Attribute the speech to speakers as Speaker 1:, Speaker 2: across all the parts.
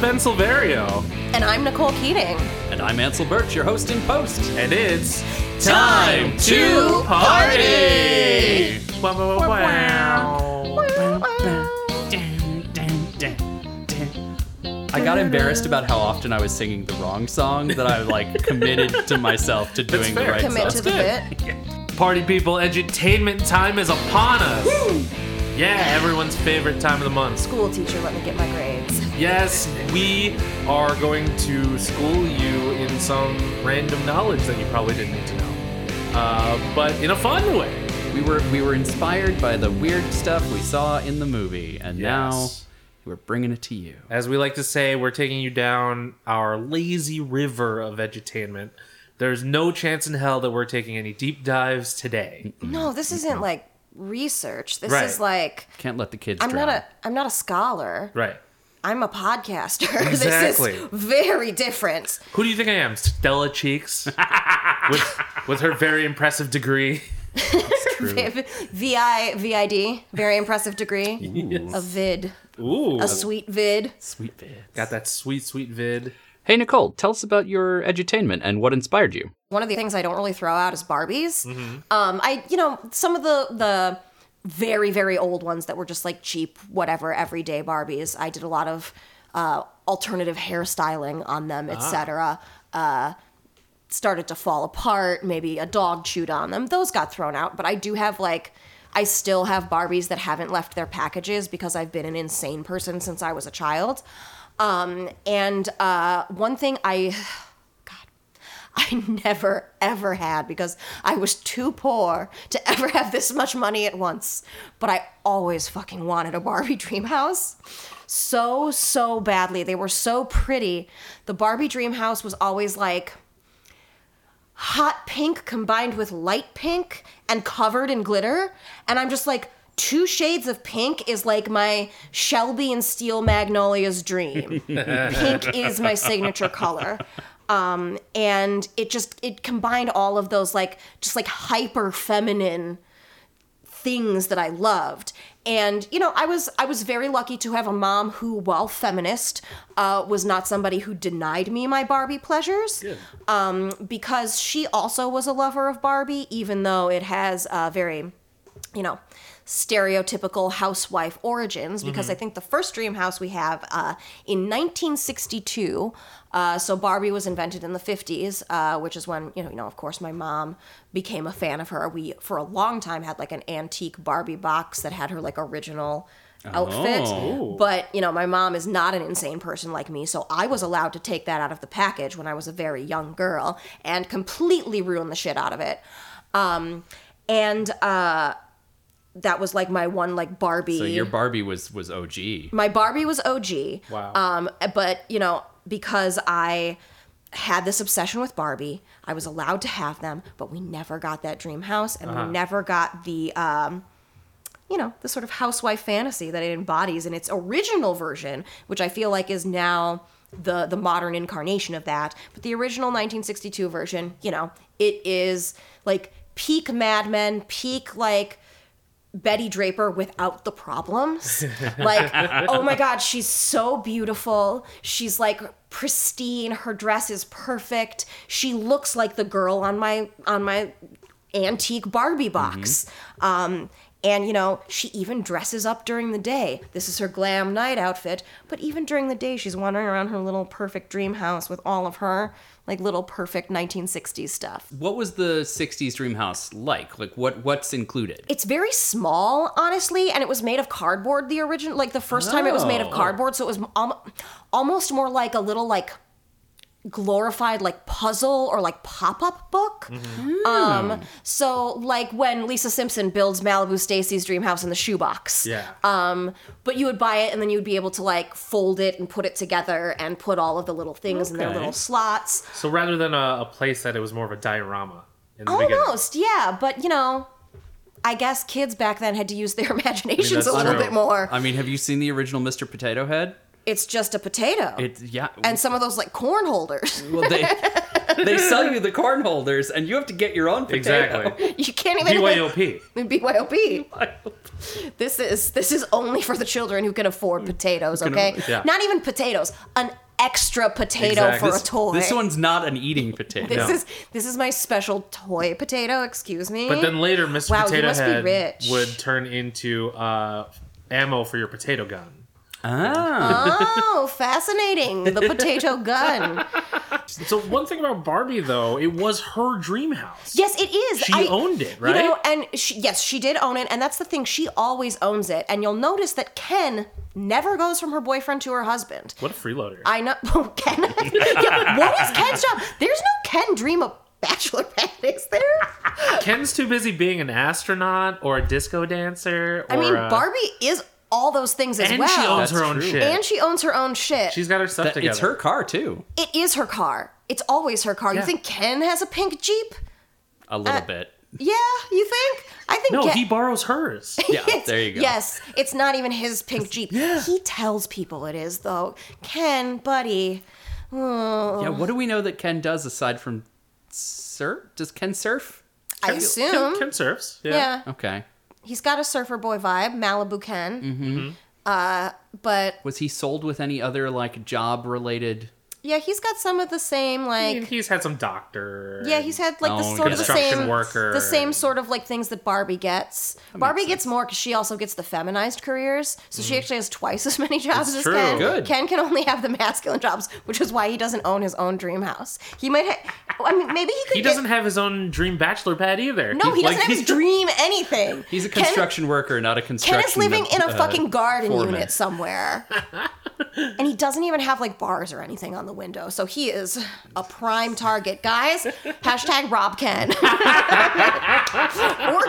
Speaker 1: Ben Silverio.
Speaker 2: And I'm Nicole Keating.
Speaker 3: And I'm Ansel Birch, your host and post.
Speaker 1: And it's
Speaker 3: Time to party!
Speaker 1: Wow, wow, wow, wow.
Speaker 3: I got embarrassed about how often I was singing the wrong song that I like committed to myself to doing the
Speaker 1: fair.
Speaker 3: right
Speaker 2: Commit to
Speaker 3: song.
Speaker 2: the bit.
Speaker 1: Party people, edutainment time is upon us. Yeah, everyone's favorite time of the month. School.
Speaker 2: School teacher, let me get my grades.
Speaker 1: Yes, we are going to school you in some random knowledge that you probably didn't need to know, uh, but in a fun way.
Speaker 3: We were we were inspired by the weird stuff we saw in the movie, and
Speaker 1: Yes.
Speaker 3: now we're bringing it to you.
Speaker 1: As we like to say, we're taking you down our lazy river of edutainment. There's no chance in hell that we're taking any deep dives today.
Speaker 2: No, this isn't like research. This
Speaker 1: Right.
Speaker 2: is like
Speaker 3: Can't let the kids
Speaker 2: I'm
Speaker 3: drown.
Speaker 2: not a I'm not a scholar.
Speaker 1: Right.
Speaker 2: I'm a podcaster.
Speaker 1: Exactly.
Speaker 2: this is very different.
Speaker 1: Who do you think I am? Stella Cheeks? with, with her very impressive degree.
Speaker 2: VI VID, very impressive degree.
Speaker 3: Ooh,
Speaker 2: A vid,
Speaker 1: Ooh.
Speaker 2: a sweet vid.
Speaker 3: sweet bits.
Speaker 1: Got that sweet, sweet vid.
Speaker 3: Hey Nicole, tell us about your edutainment and what inspired you.
Speaker 2: one of the things I don't really throw out is Barbies. Um, I, you know, some of the the very very old ones that were just like cheap, whatever, everyday Barbies. I did a lot of uh, alternative hairstyling on them, etc. Uh, started to fall apart. Maybe a dog chewed on them. Those got thrown out. But I do have like. I still have Barbies that haven't left their packages because I've been an insane person since I was a child. Um, and uh, one thing I I never ever had because I was too poor to ever have this much money at once. But I always fucking wanted a Barbie dream house so so badly. They were so pretty. The Barbie dream house was always like hot pink combined with light pink and covered in glitter. And I'm just like, two shades of pink is like my Shelby and Steel Magnolia's dream. pink is my signature color. Um, and it just it combined all of those like just like hyper feminine things that I loved. And you know, I was I was very lucky to have a mom who, while feminist, uh, was not somebody who denied me my Barbie pleasures, um, because she also was a lover of Barbie, even though it has uh, very, you know, stereotypical housewife origins. Because I think the first dream house we have uh, in 1962. Uh, so Barbie was invented in the 50s, uh, which is when you know, you know, of course, my mom became a fan of her. We for a long time had like an antique Barbie box that had her like original outfit.
Speaker 3: Oh.
Speaker 2: But you know, my mom is not an insane person like me, so I was allowed to take that out of the package when I was a very young girl and completely ruin the shit out of it. Um, and uh, that was like my one like Barbie.
Speaker 3: So your Barbie was was OG.
Speaker 2: My Barbie was OG.
Speaker 1: Wow.
Speaker 2: Um, but you know, because I had this obsession with Barbie, I was allowed to have them, but we never got that dream house, and we never got the, um, you know, the sort of housewife fantasy that it embodies in its original version, which I feel like is now the the modern incarnation of that. But the original 1962 version, you know, it is like peak Mad Men, peak like Betty Draper without the problems. like, oh my God, she's so beautiful. She's like pristine. Her dress is perfect. She looks like the girl on my on my antique Barbie box. Um, and you know, she even dresses up during the day. This is her glam night outfit. But even during the day, she's wandering around her little perfect dream house with all of her like little perfect 1960s stuff.
Speaker 3: What was the '60s dream house like? Like what what's included?
Speaker 2: It's very small, honestly, and it was made of cardboard. The original, like the first time it was made of
Speaker 3: Oh.
Speaker 2: cardboard, so it was al- almost more like a little like glorified like puzzle or like pop-up book.
Speaker 1: Mm-hmm. Hmm.
Speaker 2: Um, so like when Lisa Simpson builds Malibu Stacy's dream house in the shoebox.
Speaker 1: Yeah.
Speaker 2: Um, but you would buy it and then you would be able to like fold it and put it together and put all of the little things in their
Speaker 3: Okay.
Speaker 2: little slots.
Speaker 1: So rather than a, a place that it was more of a diorama in the
Speaker 2: Oh,
Speaker 1: beginning.
Speaker 2: Almost, yeah, but you know, I guess kids back then had to use their imaginations a
Speaker 1: that's
Speaker 2: little
Speaker 1: true.
Speaker 2: bit more.
Speaker 3: I mean, have you seen the original Mr. Potato Head?
Speaker 2: it's just a potato
Speaker 3: It yeah.
Speaker 2: and some of those like corn holders.
Speaker 3: well, they They sell you the corn holders, and you have to get your own potato.
Speaker 1: Exactly.
Speaker 2: You can't even
Speaker 1: BYOP.
Speaker 2: BYOB. This is this is only for the children who can afford potatoes.
Speaker 3: can
Speaker 2: Okay,
Speaker 3: afford- yeah.
Speaker 2: not even potatoes. An extra potato
Speaker 1: Exactly.
Speaker 2: for
Speaker 1: This-
Speaker 2: a toy.
Speaker 3: This one's not an eating potato.
Speaker 2: This
Speaker 1: No.
Speaker 2: is this is my special toy potato. Excuse me.
Speaker 1: But then later, Mr.
Speaker 2: Eh? Wow, you
Speaker 1: potato
Speaker 2: must be
Speaker 1: Head
Speaker 2: rich.
Speaker 1: would turn into uh, ammo for your potato gun.
Speaker 3: Ah.
Speaker 2: oh, fascinating! The potato gun.
Speaker 1: So one thing about Barbie, though, it was her dream house.
Speaker 2: Yes, it is.
Speaker 1: She owned it,
Speaker 2: You know,
Speaker 1: right?
Speaker 2: and she, yes, she did own it, and that's the thing. She always owns it, and you'll notice that Ken never goes from her boyfriend to her husband.
Speaker 1: What a freeloader.
Speaker 2: I know Ken. yeah, but what is Ken's job? There's no Ken dream of bachelor pad, is there?
Speaker 1: Ken's too busy being an astronaut or a disco dancer. Or
Speaker 2: I mean,
Speaker 1: a-
Speaker 2: Barbie is all those things as
Speaker 1: And
Speaker 2: well.
Speaker 1: she owns
Speaker 3: That's
Speaker 1: her own
Speaker 3: true.
Speaker 1: shit.
Speaker 2: and she owns her own shit.
Speaker 1: She's got her stuff
Speaker 3: That-
Speaker 1: together.
Speaker 3: it's her car, too.
Speaker 2: it is her car. It's always her car. You
Speaker 1: Yeah.
Speaker 2: think Ken has a pink Jeep?
Speaker 3: A little
Speaker 2: Uh,
Speaker 3: bit.
Speaker 2: Yeah, you think? I think
Speaker 1: No,
Speaker 2: Ken-
Speaker 1: he borrows hers.
Speaker 3: Yeah, there you go.
Speaker 2: Yes, it's not even his pink Jeep. He tells people it is, though. Ken, buddy. oh,
Speaker 3: Yeah, what do we know that Ken does aside from surf? Does Ken surf?
Speaker 2: I
Speaker 1: Ken-
Speaker 2: assume.
Speaker 1: Ken, Ken surfs. Yeah.
Speaker 2: yeah.
Speaker 3: Okay.
Speaker 2: He's got a surfer boy vibe, Malibu Ken. Mm-hmm. Uh, but
Speaker 3: Was he sold with any other like job related?
Speaker 2: yeah, he's got some of the same
Speaker 1: I mean,
Speaker 2: like.
Speaker 1: he's had some doctor.
Speaker 2: Yeah, he's had like the
Speaker 3: Oh,
Speaker 2: sort of the
Speaker 1: construction
Speaker 2: same
Speaker 1: worker.
Speaker 2: the same sort of like things that Barbie gets. Barbie gets more because she also gets the feminized careers, so she actually has twice as many jobs
Speaker 1: It's Mm-hmm.
Speaker 2: as
Speaker 1: true.
Speaker 2: Ken.
Speaker 3: Good.
Speaker 2: Ken can only have the masculine jobs, which is why he doesn't own his own dream house. He might. Ha- I mean, maybe he could.
Speaker 1: He
Speaker 2: get-
Speaker 1: doesn't have his own dream bachelor pad either.
Speaker 2: No, he doesn't
Speaker 1: like,
Speaker 2: have his
Speaker 1: he's-
Speaker 2: dream anything.
Speaker 3: He's a
Speaker 2: Ken-
Speaker 3: construction worker, not a construction.
Speaker 2: Ken is living in a
Speaker 3: uh,
Speaker 2: fucking garden
Speaker 3: foreman.
Speaker 2: unit somewhere. and he doesn't even have like bars or anything on the window. So he is a prime target. Guys, hashtag Rob Ken. or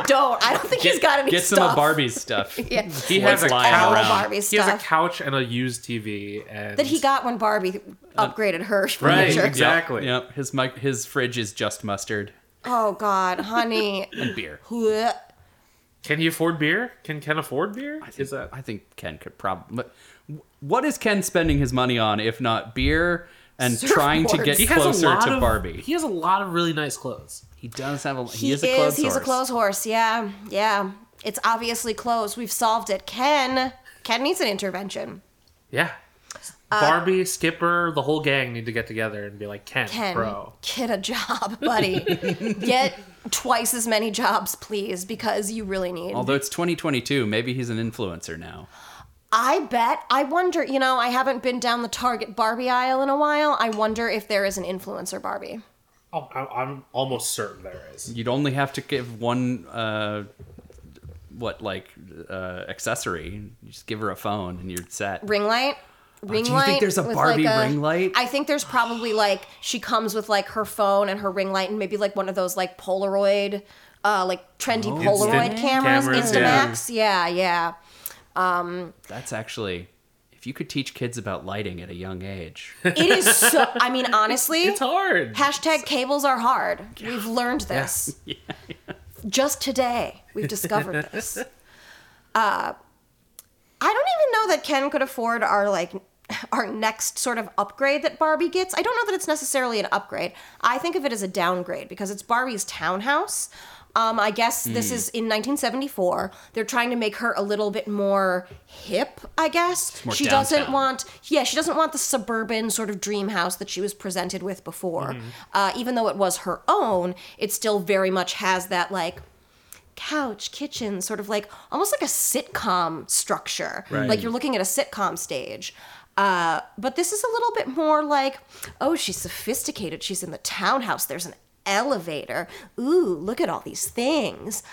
Speaker 2: don't. I don't think he's got any
Speaker 3: Get
Speaker 2: stuff.
Speaker 3: some of Barbie's stuff.
Speaker 2: Yeah.
Speaker 1: He has a
Speaker 3: What's lying
Speaker 1: couch.
Speaker 2: All
Speaker 3: around.
Speaker 2: Barbie
Speaker 1: He has a
Speaker 2: stuff
Speaker 1: couch and a used TV, and
Speaker 2: that he got when Barbie upgraded her
Speaker 1: Right,
Speaker 2: furniture.
Speaker 1: exactly.
Speaker 3: Yep. His mic- his fridge is just mustard
Speaker 2: Oh God, honey.
Speaker 3: and beer.
Speaker 2: Blech.
Speaker 1: Can he afford beer? Can Ken afford beer? Is that
Speaker 3: I think Ken could probably. What is Ken spending his money on if not beer and trying to get
Speaker 2: Surfboards. He
Speaker 3: closer to
Speaker 1: of,
Speaker 3: Barbie?
Speaker 1: He has a lot of really nice clothes.
Speaker 3: He does have a. He,
Speaker 2: He
Speaker 3: is a clothes
Speaker 2: He's a
Speaker 3: horse.
Speaker 2: clothes horse. Yeah, yeah. It's obviously clothes. We've solved it. Ken. Ken needs an intervention.
Speaker 1: Yeah.
Speaker 2: Uh,
Speaker 1: Barbie, Skipper, the whole gang need to get together and be like, Ken,
Speaker 2: Ken,
Speaker 1: bro.
Speaker 2: get a job, buddy. get twice as many jobs, please, because you really need.
Speaker 3: Although it's 2022, maybe he's an influencer now.
Speaker 2: I bet. I wonder. You know, I haven't been down the Target Barbie aisle in a while. I wonder if there is an influencer Barbie.
Speaker 1: Oh, I'm, I'm almost certain there is.
Speaker 3: You'd only have to give one, uh, what like uh, accessory. You just give her a phone and you're set.
Speaker 2: Ring light. Ring
Speaker 3: Uh, do you
Speaker 2: light.
Speaker 3: think there's a
Speaker 2: with,
Speaker 3: Barbie ring light?
Speaker 2: I think there's probably like she comes with like her phone and her ring light and maybe like one of those like Polaroid, uh, like trendy
Speaker 3: Oh.
Speaker 1: Instant
Speaker 2: Polaroid cameras,
Speaker 1: cameras, yeah.
Speaker 2: Instamax. Yeah, yeah.
Speaker 3: That's actually, if you could teach kids about lighting at a young age,
Speaker 2: It is so. I mean, honestly,
Speaker 1: It's hard.
Speaker 2: Hashtag cables are hard. We've learned this. Just today, we've discovered this. Uh, I don't even know that Ken could afford our like our next sort of upgrade that Barbie gets. I don't know that it's necessarily an upgrade. I think of it as a downgrade because it's Barbie's townhouse. Um, I guess this
Speaker 3: Hmm.
Speaker 2: is in 1974. They're trying to make her a little bit more hip, I guess.
Speaker 3: more
Speaker 2: she doesn't
Speaker 3: downtown.
Speaker 2: want want- yeah she doesn't want the suburban sort of dream house that she was presented with before
Speaker 3: Mm-hmm.
Speaker 2: uh, even though it was her own it still very much has that like couch kitchen sort of like almost like a sitcom structure like you're looking at a sitcom stage uh, but this is a little bit more like oh she's sophisticated she's in the townhouse there's an elevator ooh look at all these things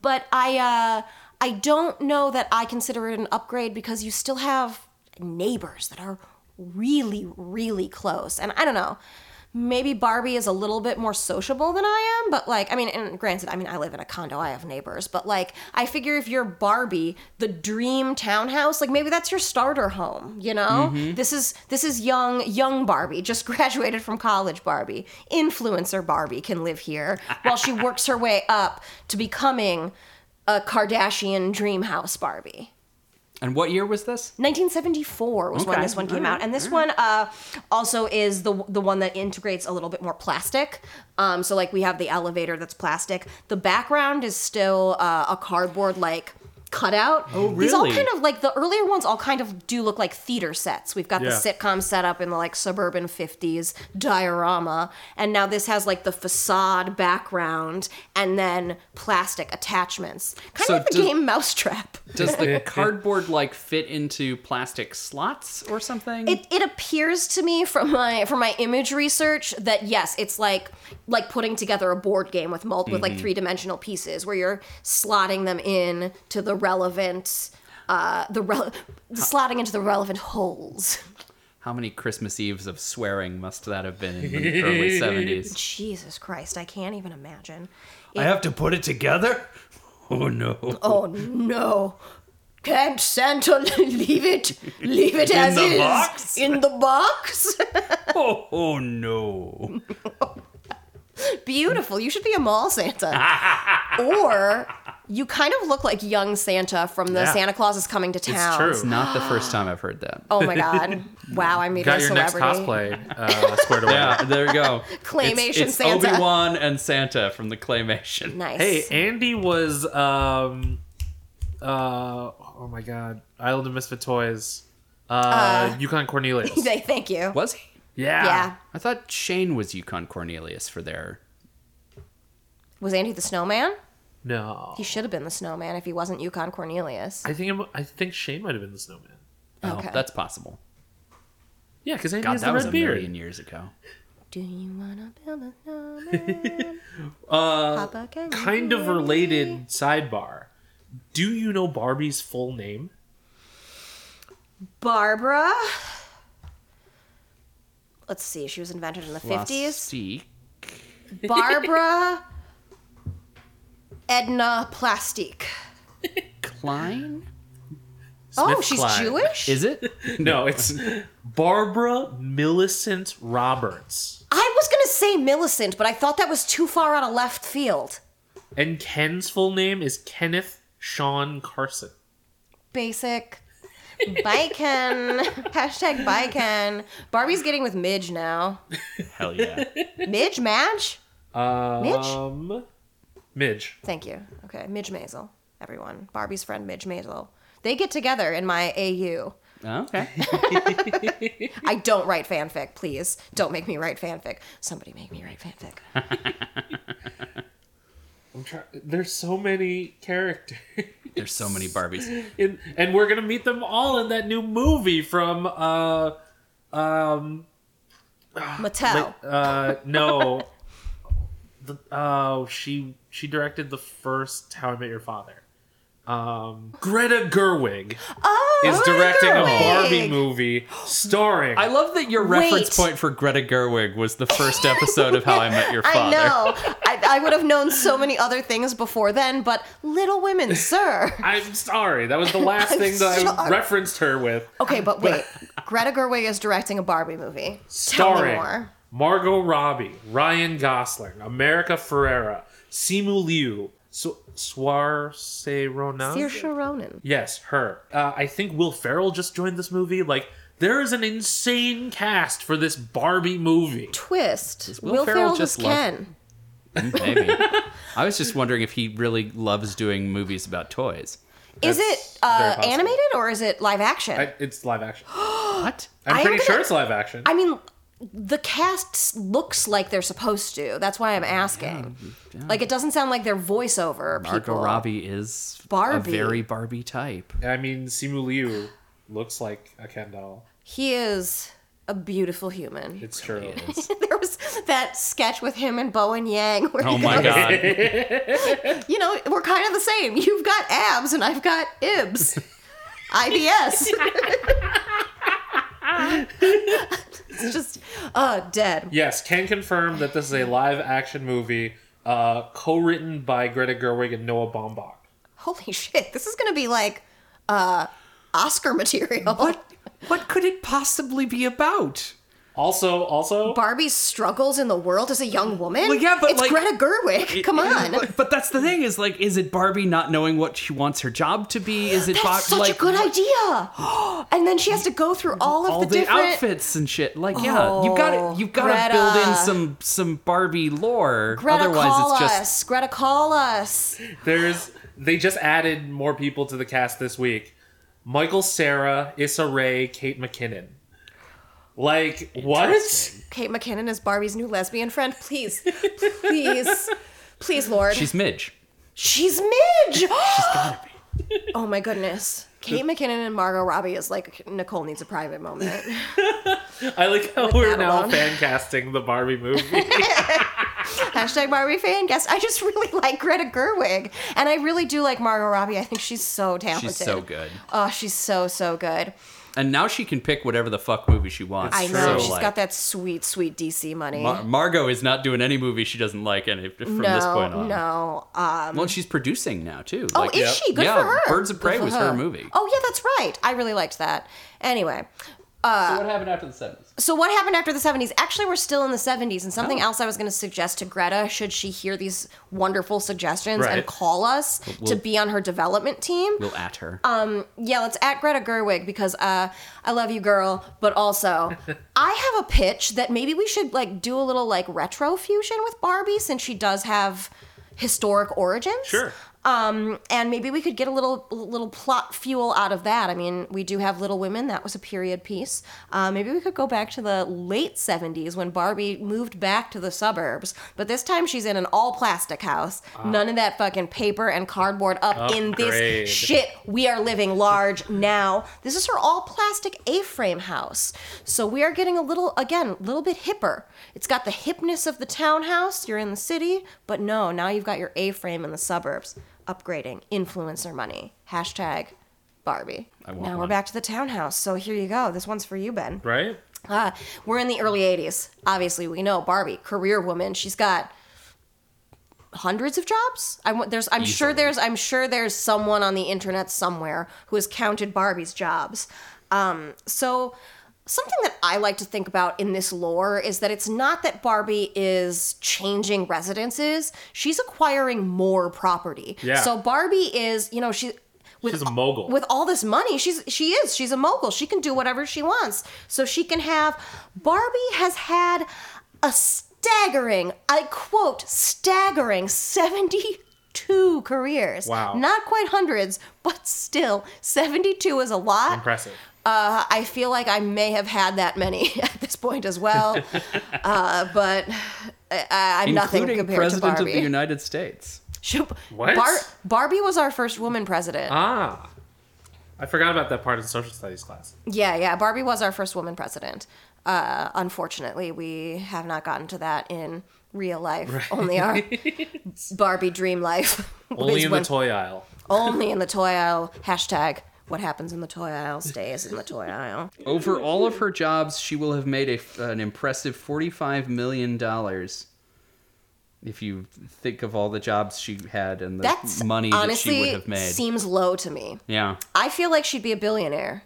Speaker 2: but I uh, I don't know that I consider it an upgrade because you still have neighbors that are really really close, and I don't know. Maybe Barbie is a little bit more sociable than I am, but like, I mean, and granted, I mean, I live in a condo, I have neighbors, but like, I figure if you're Barbie, the dream townhouse, like maybe that's your starter home, you know? This is this is young young Barbie, just graduated from college Barbie. Influencer Barbie can live here while she works her way up to becoming a Kardashian dream house Barbie.
Speaker 3: And what year was this?
Speaker 2: 1974 was when
Speaker 3: Okay.
Speaker 2: this one came
Speaker 3: All
Speaker 2: out, and this one uh, also is the the one that integrates a little bit more plastic. Um, so like we have the elevator that's plastic. The background is still uh, a cardboard like cutout. Oh, These all
Speaker 3: really?
Speaker 2: kind of like the earlier ones all kind of do look like theater sets. We've got the
Speaker 1: Yeah.
Speaker 2: sitcom set up in the like suburban 50s diorama, and now this has like the facade background and then plastic attachments, kind
Speaker 3: So
Speaker 2: of like the
Speaker 3: does-
Speaker 2: game Mousetrap.
Speaker 3: Does the cardboard like fit into plastic slots or something?
Speaker 2: It, it appears to me from my from my image research that yes, it's like like putting together a board game with mul- with like
Speaker 4: Mm-hmm.
Speaker 2: three dimensional pieces where you're slotting them in to the relevant uh the rel- slotting into the relevant holes.
Speaker 3: How many Christmas Eves of swearing must that have been in the early 70s?
Speaker 2: Jesus Christ, I can't even imagine.
Speaker 4: I have to put it together? Oh no.
Speaker 2: Oh no. Can't Santa leave it? Leave it as
Speaker 4: the
Speaker 2: is
Speaker 4: box?
Speaker 2: in the box.
Speaker 4: Oh, oh no.
Speaker 2: Beautiful. You should be a mall Santa. or you kind of look like young Santa from the
Speaker 1: Yeah.
Speaker 2: Santa Claus is coming to town.
Speaker 1: true.
Speaker 3: It's not the first time I've heard that.
Speaker 2: Oh my god. Wow, I'm meeting
Speaker 1: Got
Speaker 2: a
Speaker 1: your next
Speaker 2: celebrity.
Speaker 1: cosplay uh, squared away.
Speaker 3: Yeah, there you go.
Speaker 2: Claymation
Speaker 3: it's, it's
Speaker 2: Santa.
Speaker 3: Obi-Wan and Santa from the Claymation.
Speaker 2: Nice.
Speaker 1: Hey, Andy was um uh oh my god, Island of Misfit Toys. Uh, Yukon Cornelius.
Speaker 2: They- Thank you.
Speaker 3: Was he?
Speaker 1: Yeah.
Speaker 2: Yeah.
Speaker 3: I thought Shane was Yukon Cornelius for their
Speaker 2: Was Andy the snowman?
Speaker 1: No.
Speaker 2: He should have been the snowman if he wasn't Yukon Cornelius.
Speaker 1: I think i I think Shane might have been the snowman.
Speaker 3: Oh,
Speaker 2: Okay.
Speaker 3: that's possible.
Speaker 1: Yeah, because Andy
Speaker 3: God,
Speaker 1: has
Speaker 3: that
Speaker 1: the
Speaker 3: was a
Speaker 1: red beard.
Speaker 3: million years ago.
Speaker 2: Do you wanna build a snowman?
Speaker 1: Uh,
Speaker 2: Papa, can you
Speaker 1: kind of
Speaker 2: hear me?
Speaker 1: related sidebar. Do you know Barbie's full name?
Speaker 2: Barbara. Let's see. She was invented in the 50s.
Speaker 3: Plastique.
Speaker 2: Barbara Edna Plastique.
Speaker 3: Klein?
Speaker 2: oh,
Speaker 1: Smith
Speaker 2: she's
Speaker 1: Klein.
Speaker 2: Jewish?
Speaker 3: Is it?
Speaker 1: No, it's Barbara Millicent Roberts.
Speaker 2: I was going to say Millicent, but I thought that was too far out of left field.
Speaker 1: And Ken's full name is Kenneth Sean Carson.
Speaker 2: Basic. Bye, Ken. Hashtag bye, Ken. Barbie's getting with Midge now.
Speaker 3: Hell yeah.
Speaker 2: Midge? Madge?
Speaker 1: Um, Midge? Midge.
Speaker 2: Thank you. Okay, Midge Maisel, everyone. Barbie's friend, Midge Maisel. They get together in my AU.
Speaker 3: Okay.
Speaker 2: I don't write fanfic, please. Don't make me write fanfic. Somebody make me write fanfic.
Speaker 1: I'm try- There's so many characters.
Speaker 3: There's so many Barbies.
Speaker 1: in, and we're gonna meet them all in that new movie from uh um Ah.
Speaker 2: Mattel.
Speaker 1: uh no the, oh she she directed the first How I Met Your Father. Um Greta Gerwig
Speaker 2: Oh,
Speaker 1: is directing
Speaker 2: Gerwig!
Speaker 1: a Barbie movie starring
Speaker 3: I love that your
Speaker 2: Wait.
Speaker 3: reference point for Greta Gerwig was the first episode of How I Met Your
Speaker 2: I
Speaker 3: Father.
Speaker 2: know. I, I would have known so many other things before then, but Little Women, sir.
Speaker 1: I'm sorry, that was the last
Speaker 2: I'm
Speaker 1: thing that I
Speaker 2: sorry. Oh,
Speaker 1: referenced her with.
Speaker 2: Okay, but wait. Greta Gerwig is directing a Barbie movie. Tell me
Speaker 1: starring
Speaker 2: more.
Speaker 1: Margot Robbie, Ryan Gosling, America Ferrera, Simu Liu, Su- Saoirse Ronan.
Speaker 2: Saoirse Ronan.
Speaker 1: Yes, her. Uh, I think Will Ferrell just joined this movie. Like, there is an insane cast for this Barbie movie.
Speaker 2: Twist. Will,
Speaker 3: Will
Speaker 2: Ferrell,
Speaker 3: Ferrell
Speaker 2: just
Speaker 3: just love-
Speaker 2: Ken.
Speaker 3: Maybe. I was just wondering if he really loves doing movies about toys.
Speaker 2: Is
Speaker 1: That's
Speaker 2: it uh,
Speaker 1: very possible.
Speaker 2: animated or is it live action?
Speaker 1: I, it's live action.
Speaker 3: What?
Speaker 1: I'm
Speaker 2: am
Speaker 1: pretty
Speaker 2: gonna-
Speaker 1: sure it's live action.
Speaker 2: I mean, the cast looks like they're supposed to. That's why I'm asking. Like, it doesn't sound like they're voiceover people.
Speaker 3: Margot Robbie is
Speaker 2: Barbie.
Speaker 3: a very Barbie type.
Speaker 1: I mean, Simu Liu looks like a Ken doll.
Speaker 2: He is a beautiful human.
Speaker 1: It's true.
Speaker 2: there was that sketch with him and Bowen Yang where
Speaker 3: Oh
Speaker 2: he
Speaker 3: my
Speaker 2: goes,
Speaker 3: god.
Speaker 2: you know, we're kind of the same. You've got abs and I've got ibs. IBS. it's just uh dead.
Speaker 1: Yes, can confirm that this is a live action movie uh, co written by Greta Gerwig and Noah Baumbach.
Speaker 2: Holy shit. This is going to be like uh Oscar material.
Speaker 3: What could it possibly be about?
Speaker 1: Also, also,
Speaker 2: Barbie's struggles in the world as a young woman.
Speaker 3: Well, yeah, but,
Speaker 2: it's
Speaker 3: like-
Speaker 2: Greta Gerwig. Come on.
Speaker 3: But, but that's the thing is like, is it Barbie not knowing what she wants her job to be? Is it
Speaker 2: That's
Speaker 3: Bar-
Speaker 2: such
Speaker 3: like
Speaker 2: a good idea. and then she has to go through all of
Speaker 3: all
Speaker 2: the,
Speaker 3: the,
Speaker 2: different
Speaker 3: outfits and shit? Like, yeah, you got
Speaker 2: Oh,
Speaker 3: to you got to
Speaker 2: Greta.
Speaker 3: build in some some Barbie lore.
Speaker 2: Greta
Speaker 3: Otherwise,
Speaker 2: call
Speaker 3: it's just
Speaker 2: us. Greta call us.
Speaker 1: there's they just added more people to the cast this week. Michael Sarah, Issa Rae, Kate McKinnon. Like what?
Speaker 2: Kate McKinnon is Barbie's new lesbian friend. Please, please, please, Lord.
Speaker 3: she's Midge.
Speaker 2: She's Midge. She's gotta be. Oh my goodness. Kate McKinnon and Margot Robbie is like Nicole needs a private moment.
Speaker 1: I like how we're
Speaker 2: that
Speaker 1: now
Speaker 2: alone.
Speaker 1: fan casting the Barbie movie.
Speaker 2: Hashtag Barbie fan guest. I just really like Greta Gerwig, and I really do like Margot Robbie. I think she's so talented.
Speaker 3: She's so good.
Speaker 2: Oh, she's so so good.
Speaker 3: And now she can pick whatever the fuck movie she wants.
Speaker 2: I
Speaker 1: True.
Speaker 2: know
Speaker 3: So,
Speaker 2: she's
Speaker 3: like,
Speaker 2: got that sweet sweet DC money.
Speaker 3: Mar- Margot is not doing any movie she doesn't like, and if, from
Speaker 2: no,
Speaker 3: this point on,
Speaker 2: no. Um,
Speaker 3: well, she's producing now too.
Speaker 2: oh,
Speaker 3: like,
Speaker 2: is she? Good
Speaker 3: yeah,
Speaker 2: for her.
Speaker 3: Birds of
Speaker 2: Good
Speaker 3: Prey
Speaker 2: for
Speaker 3: was her movie.
Speaker 2: Oh yeah, that's right. I really liked that. Anyway, uh,
Speaker 3: so what happened after the seventies?
Speaker 2: So what happened after the 70s? Actually, we're still in the 70s, and
Speaker 3: Oh.
Speaker 2: something else I was going to suggest to Greta, should she hear these wonderful suggestions
Speaker 1: Right.
Speaker 2: and call us
Speaker 3: we'll-
Speaker 2: to be on her development team?
Speaker 3: We'll at her.
Speaker 2: Uh, yeah, let's at Greta Gerwig because uh, I love you, girl. But also, I have a pitch that maybe we should like do a little like retro fusion with Barbie since she does have historic origins.
Speaker 1: Sure.
Speaker 2: Um, and maybe we could get a little little plot fuel out of that. I mean, we do have Little Women. That was a period piece. Uh, maybe we could go back to the late '70s when Barbie moved back to the suburbs, but this time she's in an all plastic house. None of that fucking paper and cardboard up in
Speaker 1: Upgrade.
Speaker 2: this shit. We are living large now. This is her all plastic A-frame house. So we are getting a little again, a little bit hipper. It's got the hipness of the townhouse. You're in the city, but no, now you've got your A-frame in the suburbs. Upgrading influencer money. Hashtag Barbie.
Speaker 3: I want
Speaker 2: now we're
Speaker 3: one.
Speaker 2: back to the townhouse. So here you go. This one's for you, Ben.
Speaker 1: right?
Speaker 2: Uh, we're in the early 80s. Obviously, we know Barbie, career woman. She's got hundreds of jobs. I want there's I'm sure
Speaker 3: Easily.
Speaker 2: there's I'm sure there's someone on the internet somewhere who has counted Barbie's jobs. Um, so something that I like to think about in this lore is that it's not that Barbie is changing residences, she's acquiring more property.
Speaker 1: Yeah.
Speaker 2: So Barbie is, you know, she with
Speaker 1: She's a mogul.
Speaker 2: with all this money she's she is she's a mogul she can do whatever she wants so she can have barbie has had a staggering i quote staggering 72 careers
Speaker 1: Wow.
Speaker 2: not quite hundreds but still 72 is a lot
Speaker 1: Impressive.
Speaker 2: uh, i feel like i may have had that many at this point as well uh, but I, I- i'm nothing
Speaker 3: including
Speaker 2: compared
Speaker 3: president
Speaker 2: to
Speaker 3: of the
Speaker 2: barbie
Speaker 3: United States.
Speaker 1: What?
Speaker 2: barbie was our first woman president
Speaker 1: Ah. I forgot about that part in social studies class.
Speaker 2: Yeah, yeah. Barbie was our first woman president. Uh, unfortunately, we have not gotten to that in real life. Only our Barbie dream life.
Speaker 1: Only
Speaker 2: is
Speaker 1: in
Speaker 2: when-
Speaker 1: the toy aisle.
Speaker 2: only in the toy aisle. Hashtag what happens in the toy aisle stays in the toy aisle.
Speaker 3: Over all of her jobs, she will have made a, an impressive $45 million. If you think of all the jobs she had and the
Speaker 2: That's
Speaker 3: money
Speaker 2: honestly
Speaker 3: that she would have made.
Speaker 2: seems low to me.
Speaker 3: yeah.
Speaker 2: I feel like she'd be a billionaire.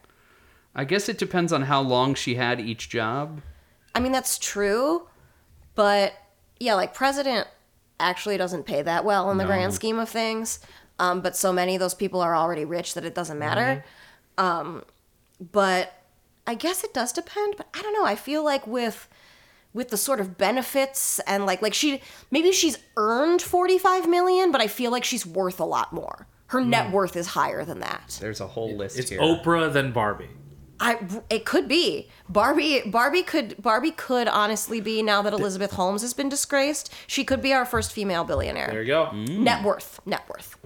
Speaker 3: I guess it depends on how long she had each job.
Speaker 2: I mean, that's true, but yeah, like president actually doesn't pay that well in the grand scheme of things. Um, but so many of those people are already rich that it doesn't matter. Um, but I guess it does depend. But I don't know. I feel like with with the sort of benefits and like like she maybe she's earned forty five million, but I feel like she's worth a lot more. Her net worth is higher than that.
Speaker 3: There's a whole list
Speaker 1: It's
Speaker 3: here.
Speaker 1: Oprah then Barbie.
Speaker 2: I it could be Barbie. Barbie could Barbie could honestly be now that Elizabeth Holmes has been disgraced. She could be our first female
Speaker 1: There
Speaker 2: billionaire.
Speaker 1: you go. Oh,
Speaker 2: Net worth, net worth.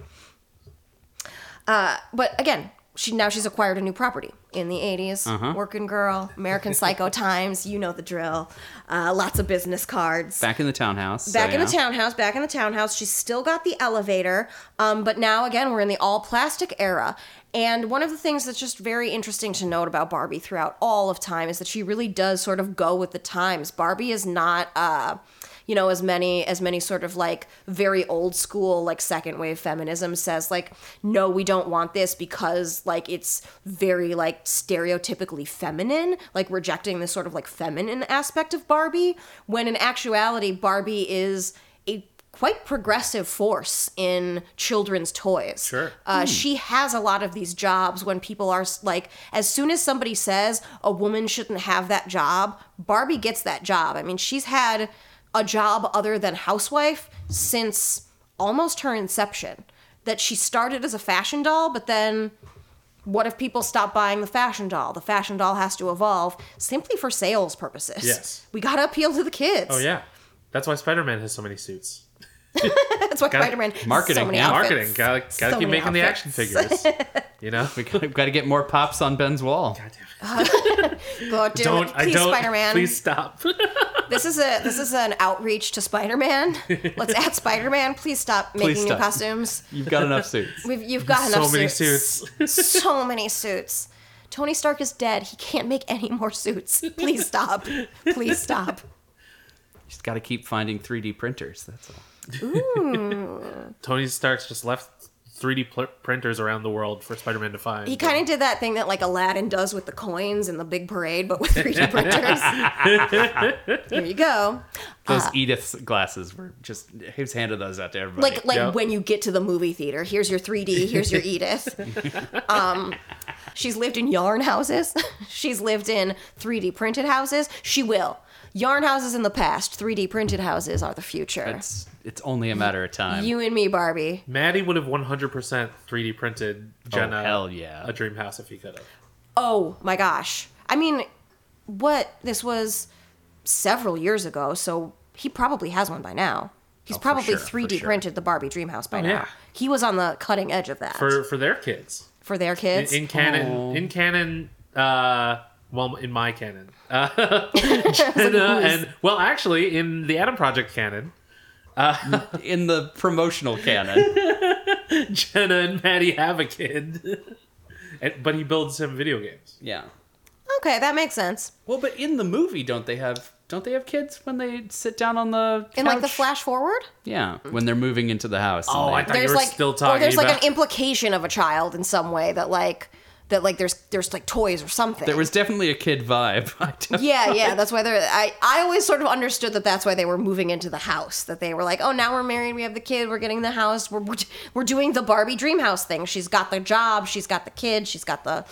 Speaker 2: Uh, but again, she now she's acquired a new property in the 80s
Speaker 1: Uh-huh.
Speaker 2: Working girl, American Psycho Times. You know the drill. Uh, lots of business cards.
Speaker 3: Back in the townhouse. so
Speaker 2: Back in the
Speaker 3: yeah.
Speaker 2: townhouse, back in the townhouse. She's still got the elevator, um, but now again, we're in the all plastic era. And one of the things that's just very interesting to note about Barbie throughout all of time is that she really does sort of go with the times. Barbie is not, uh, you know as many as many sort of like very old school like second wave feminism says like no we don't want this because like it's very like stereotypically feminine like rejecting this sort of like feminine aspect of Barbie when in actuality Barbie is a quite progressive force in children's toys.
Speaker 1: Sure.
Speaker 2: Uh, She has a lot of these jobs when people are s- like, as soon as somebody says a woman shouldn't have that job, Barbie gets that job. I mean, she's had a job other than housewife since almost her inception. That she started as a fashion doll, but then what if people stop buying the fashion doll? The fashion doll has to evolve simply for sales purposes.
Speaker 1: Yes.
Speaker 2: We gotta appeal to the kids.
Speaker 1: Oh yeah, that's why Spider Man has so many suits.
Speaker 2: That's why
Speaker 1: Gotta-
Speaker 2: Spider Man
Speaker 3: marketing
Speaker 2: so many
Speaker 3: now.
Speaker 2: outfits.
Speaker 1: Marketing, gotta, gotta
Speaker 2: So
Speaker 1: keep
Speaker 2: many
Speaker 1: making the action
Speaker 2: outfits.
Speaker 1: figures. You know,
Speaker 3: We gotta, gotta get more pops on Ben's wall.
Speaker 2: God damn
Speaker 1: don't
Speaker 2: it.
Speaker 1: I
Speaker 2: Please,
Speaker 1: don't
Speaker 2: Spider Man.
Speaker 1: please stop.
Speaker 2: This is a this is an outreach to Spider Man. Let's add Spider Man. Please stop making new
Speaker 3: stop.
Speaker 2: costumes.
Speaker 3: You've got enough suits.
Speaker 2: We've you've got
Speaker 1: so
Speaker 2: enough
Speaker 1: many
Speaker 2: suits.
Speaker 1: suits.
Speaker 2: so many suits. Tony Stark is dead. He can't make any more suits. Please stop. Please stop.
Speaker 3: Just gotta keep finding 3D printers. That's all.
Speaker 1: Tony Stark's just left 3D pl- printers around the world for Spider Man to find.
Speaker 2: He kind of did that thing that like Aladdin does with the coins and the big parade, but with 3D printers. Here you go.
Speaker 3: Those
Speaker 2: Ah.
Speaker 3: Edith's glasses were just he was handed those out to everybody.
Speaker 2: like like
Speaker 1: Yep.
Speaker 2: when you get to the movie theater here's your 3d here's your edith um, she's lived in yarn houses she's lived in 3d printed houses she will yarn houses in the past 3d printed houses are the future
Speaker 3: it's it's only a matter of time.
Speaker 2: you and me barbie
Speaker 1: Maddie would have 100% 3D printed Jenna
Speaker 3: Oh, hell yeah.
Speaker 1: a dream house if he could have.
Speaker 2: oh my gosh i mean what this was several years ago so he probably has one by now he's
Speaker 3: for
Speaker 2: probably
Speaker 3: sure, for
Speaker 2: 3d
Speaker 3: sure.
Speaker 2: printed the barbie dream house by now
Speaker 1: yeah.
Speaker 2: he was on the cutting edge of that
Speaker 1: For for their kids.
Speaker 2: for their
Speaker 1: In,
Speaker 2: kids
Speaker 1: in canon
Speaker 3: Aw.
Speaker 1: in canon uh well in my canon. Uh, Jenna and well actually in the Adam Project canon,
Speaker 3: In the promotional canon.
Speaker 1: Jenna and Maddie have a kid. and, but he builds him video games.
Speaker 3: yeah.
Speaker 2: okay that makes sense
Speaker 3: Well, but in the movie don't they have don't they have kids when they sit down on the
Speaker 2: in like the
Speaker 3: couch?
Speaker 2: flash forward
Speaker 3: Yeah. When they're moving into the house. and
Speaker 1: Oh, I
Speaker 3: they-
Speaker 1: thought you were still
Speaker 2: or
Speaker 1: talking
Speaker 2: there's like
Speaker 1: about
Speaker 2: an implication of a child in some way that like that like there's there's like toys or something.
Speaker 3: there was definitely a kid vibe. I def-
Speaker 2: yeah, yeah, that's why they're. I I always sort of understood that that's why they were moving into the house. That they were like, oh, now we're married, we have the kid, we're getting the house, we're we're, we're doing the Barbie dream house thing. She's got the job, she's got the kid, she's got the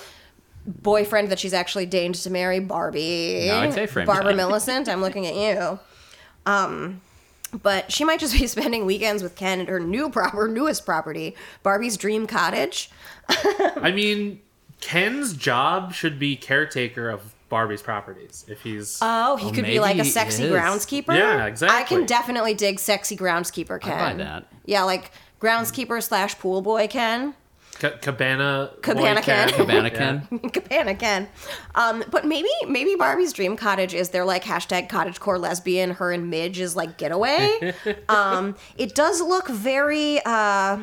Speaker 2: boyfriend that she's actually deigned to marry, Barbie.
Speaker 3: Now it's A-frame
Speaker 2: Barbara
Speaker 3: time.
Speaker 2: Millicent, I'm looking at you. Um, but she might just be spending weekends with Ken at her new proper newest property, Barbie's dream cottage.
Speaker 1: I mean, Ken's job should be caretaker of Barbie's properties if he's
Speaker 2: Oh, he could be
Speaker 3: maybe
Speaker 2: like a
Speaker 3: he
Speaker 2: sexy
Speaker 3: is.
Speaker 2: groundskeeper.
Speaker 1: Yeah,
Speaker 2: I can
Speaker 1: exactly.
Speaker 2: definitely dig sexy groundskeeper Ken.
Speaker 3: that.
Speaker 2: Yeah, like groundskeeper slash pool boy Ken.
Speaker 1: Ca- Cabana Boy
Speaker 2: Cabana Ken.
Speaker 1: Yeah.
Speaker 3: Cabana Ken.
Speaker 2: Cabana Ken. Um, but maybe maybe Barbie's dream cottage is their like hashtag cottagecore lesbian. Her and Midge is like getaway. um, it does look very uh,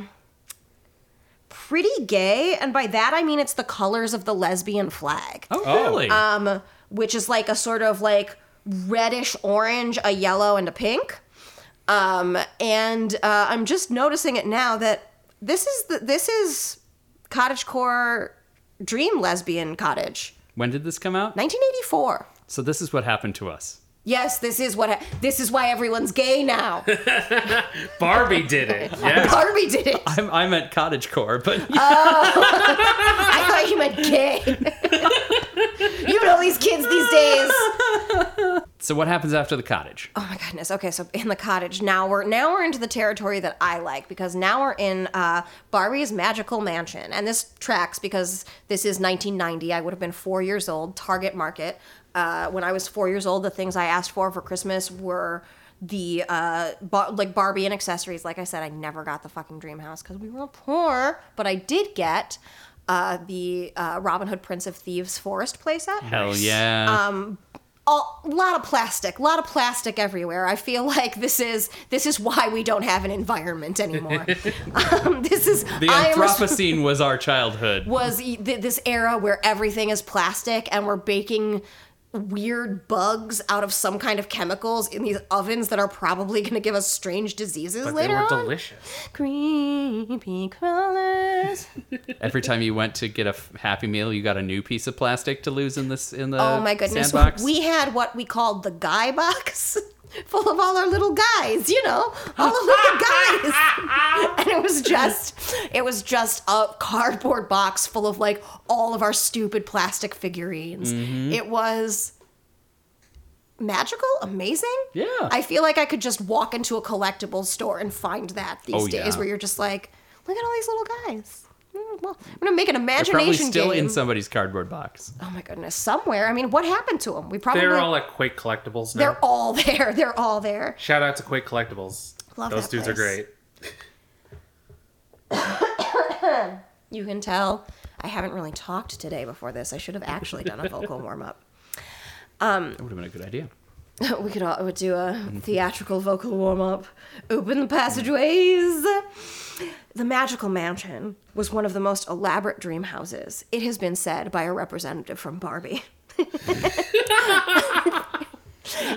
Speaker 2: pretty gay, and by that I mean it's the colors of the lesbian flag.
Speaker 3: Oh, really?
Speaker 2: um, which is like a sort of like reddish orange, a yellow, and a pink. Um, and uh, I'm just noticing it now that this is the, this is cottagecore dream lesbian cottage,
Speaker 3: when did this come out?
Speaker 2: 1984.
Speaker 3: So this is what happened to us.
Speaker 2: Yes, this is what ha- this is why everyone's gay now.
Speaker 1: Barbie did it. Yeah.
Speaker 2: Barbie did it.
Speaker 3: I'm, I meant cottage core, but
Speaker 2: Uh, I thought you meant gay. you know these kids these days.
Speaker 3: so what happens after the cottage?
Speaker 2: Oh my goodness. Okay, so in the cottage now we're now we're into the territory that I like because now we're in uh, Barbie's magical mansion, and this tracks because this is 1990. I would have been four years old. Target market. Uh, when I was four years old, the things I asked for for Christmas were the uh, bar- like Barbie and accessories. Like I said, I never got the fucking dream house because we were poor, but I did get. Uh, the uh, Robin Hood Prince of Thieves Forest playset
Speaker 3: Hell yeah.
Speaker 2: Um, a lot of plastic, a lot of plastic everywhere. I feel like this is this is why we don't have an environment anymore. um, this is
Speaker 3: the
Speaker 2: I am res-
Speaker 3: Anthropocene was our childhood.
Speaker 2: was e- th- this era where everything is plastic and we're baking weird bugs out of some kind of chemicals in these ovens that are probably going to give us strange diseases
Speaker 1: But they
Speaker 2: later
Speaker 1: were
Speaker 2: on.
Speaker 1: delicious.
Speaker 2: Creepy crawlers.
Speaker 3: Every time you went to get a f- Happy Meal, you got a new piece of plastic to lose in this in the
Speaker 2: oh my goodness.
Speaker 3: sandbox.
Speaker 2: We had what we called the guy box full of all our little guys, you know, all of little guys. and it was just it was just a cardboard box full of like all of our stupid plastic figurines.
Speaker 3: Mm-hmm.
Speaker 2: It was magical, amazing.
Speaker 3: Yeah.
Speaker 2: I feel like I could just walk into a collectible store and find that these
Speaker 3: Oh,
Speaker 2: days
Speaker 3: yeah.
Speaker 2: where you're just like, look at all these little guys. Mm, Well, I'm gonna make an
Speaker 3: They're
Speaker 2: imagination
Speaker 3: probably still
Speaker 2: game.
Speaker 3: in somebody's cardboard box.
Speaker 2: Oh my goodness, somewhere. I mean, what happened to them? We probably
Speaker 1: They're all at Quake Collectibles now.
Speaker 2: they're all there. They're all there.
Speaker 1: Shout out to Quake Collectibles.
Speaker 2: Love
Speaker 1: Those
Speaker 2: that
Speaker 1: dudes are
Speaker 2: place.
Speaker 1: great.
Speaker 2: You can tell I haven't really talked today before this. I should have actually done a vocal warm up.
Speaker 3: That would have been a good idea.
Speaker 2: we could all, would do a theatrical vocal warm up. Open the passageways. The Magical Mansion was one of the most elaborate dream houses. It has been said by a representative from Barbie.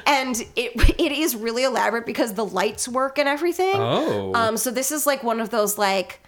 Speaker 2: and it it is really elaborate because the lights work and everything.
Speaker 3: Oh.
Speaker 2: Um so this is like one of those like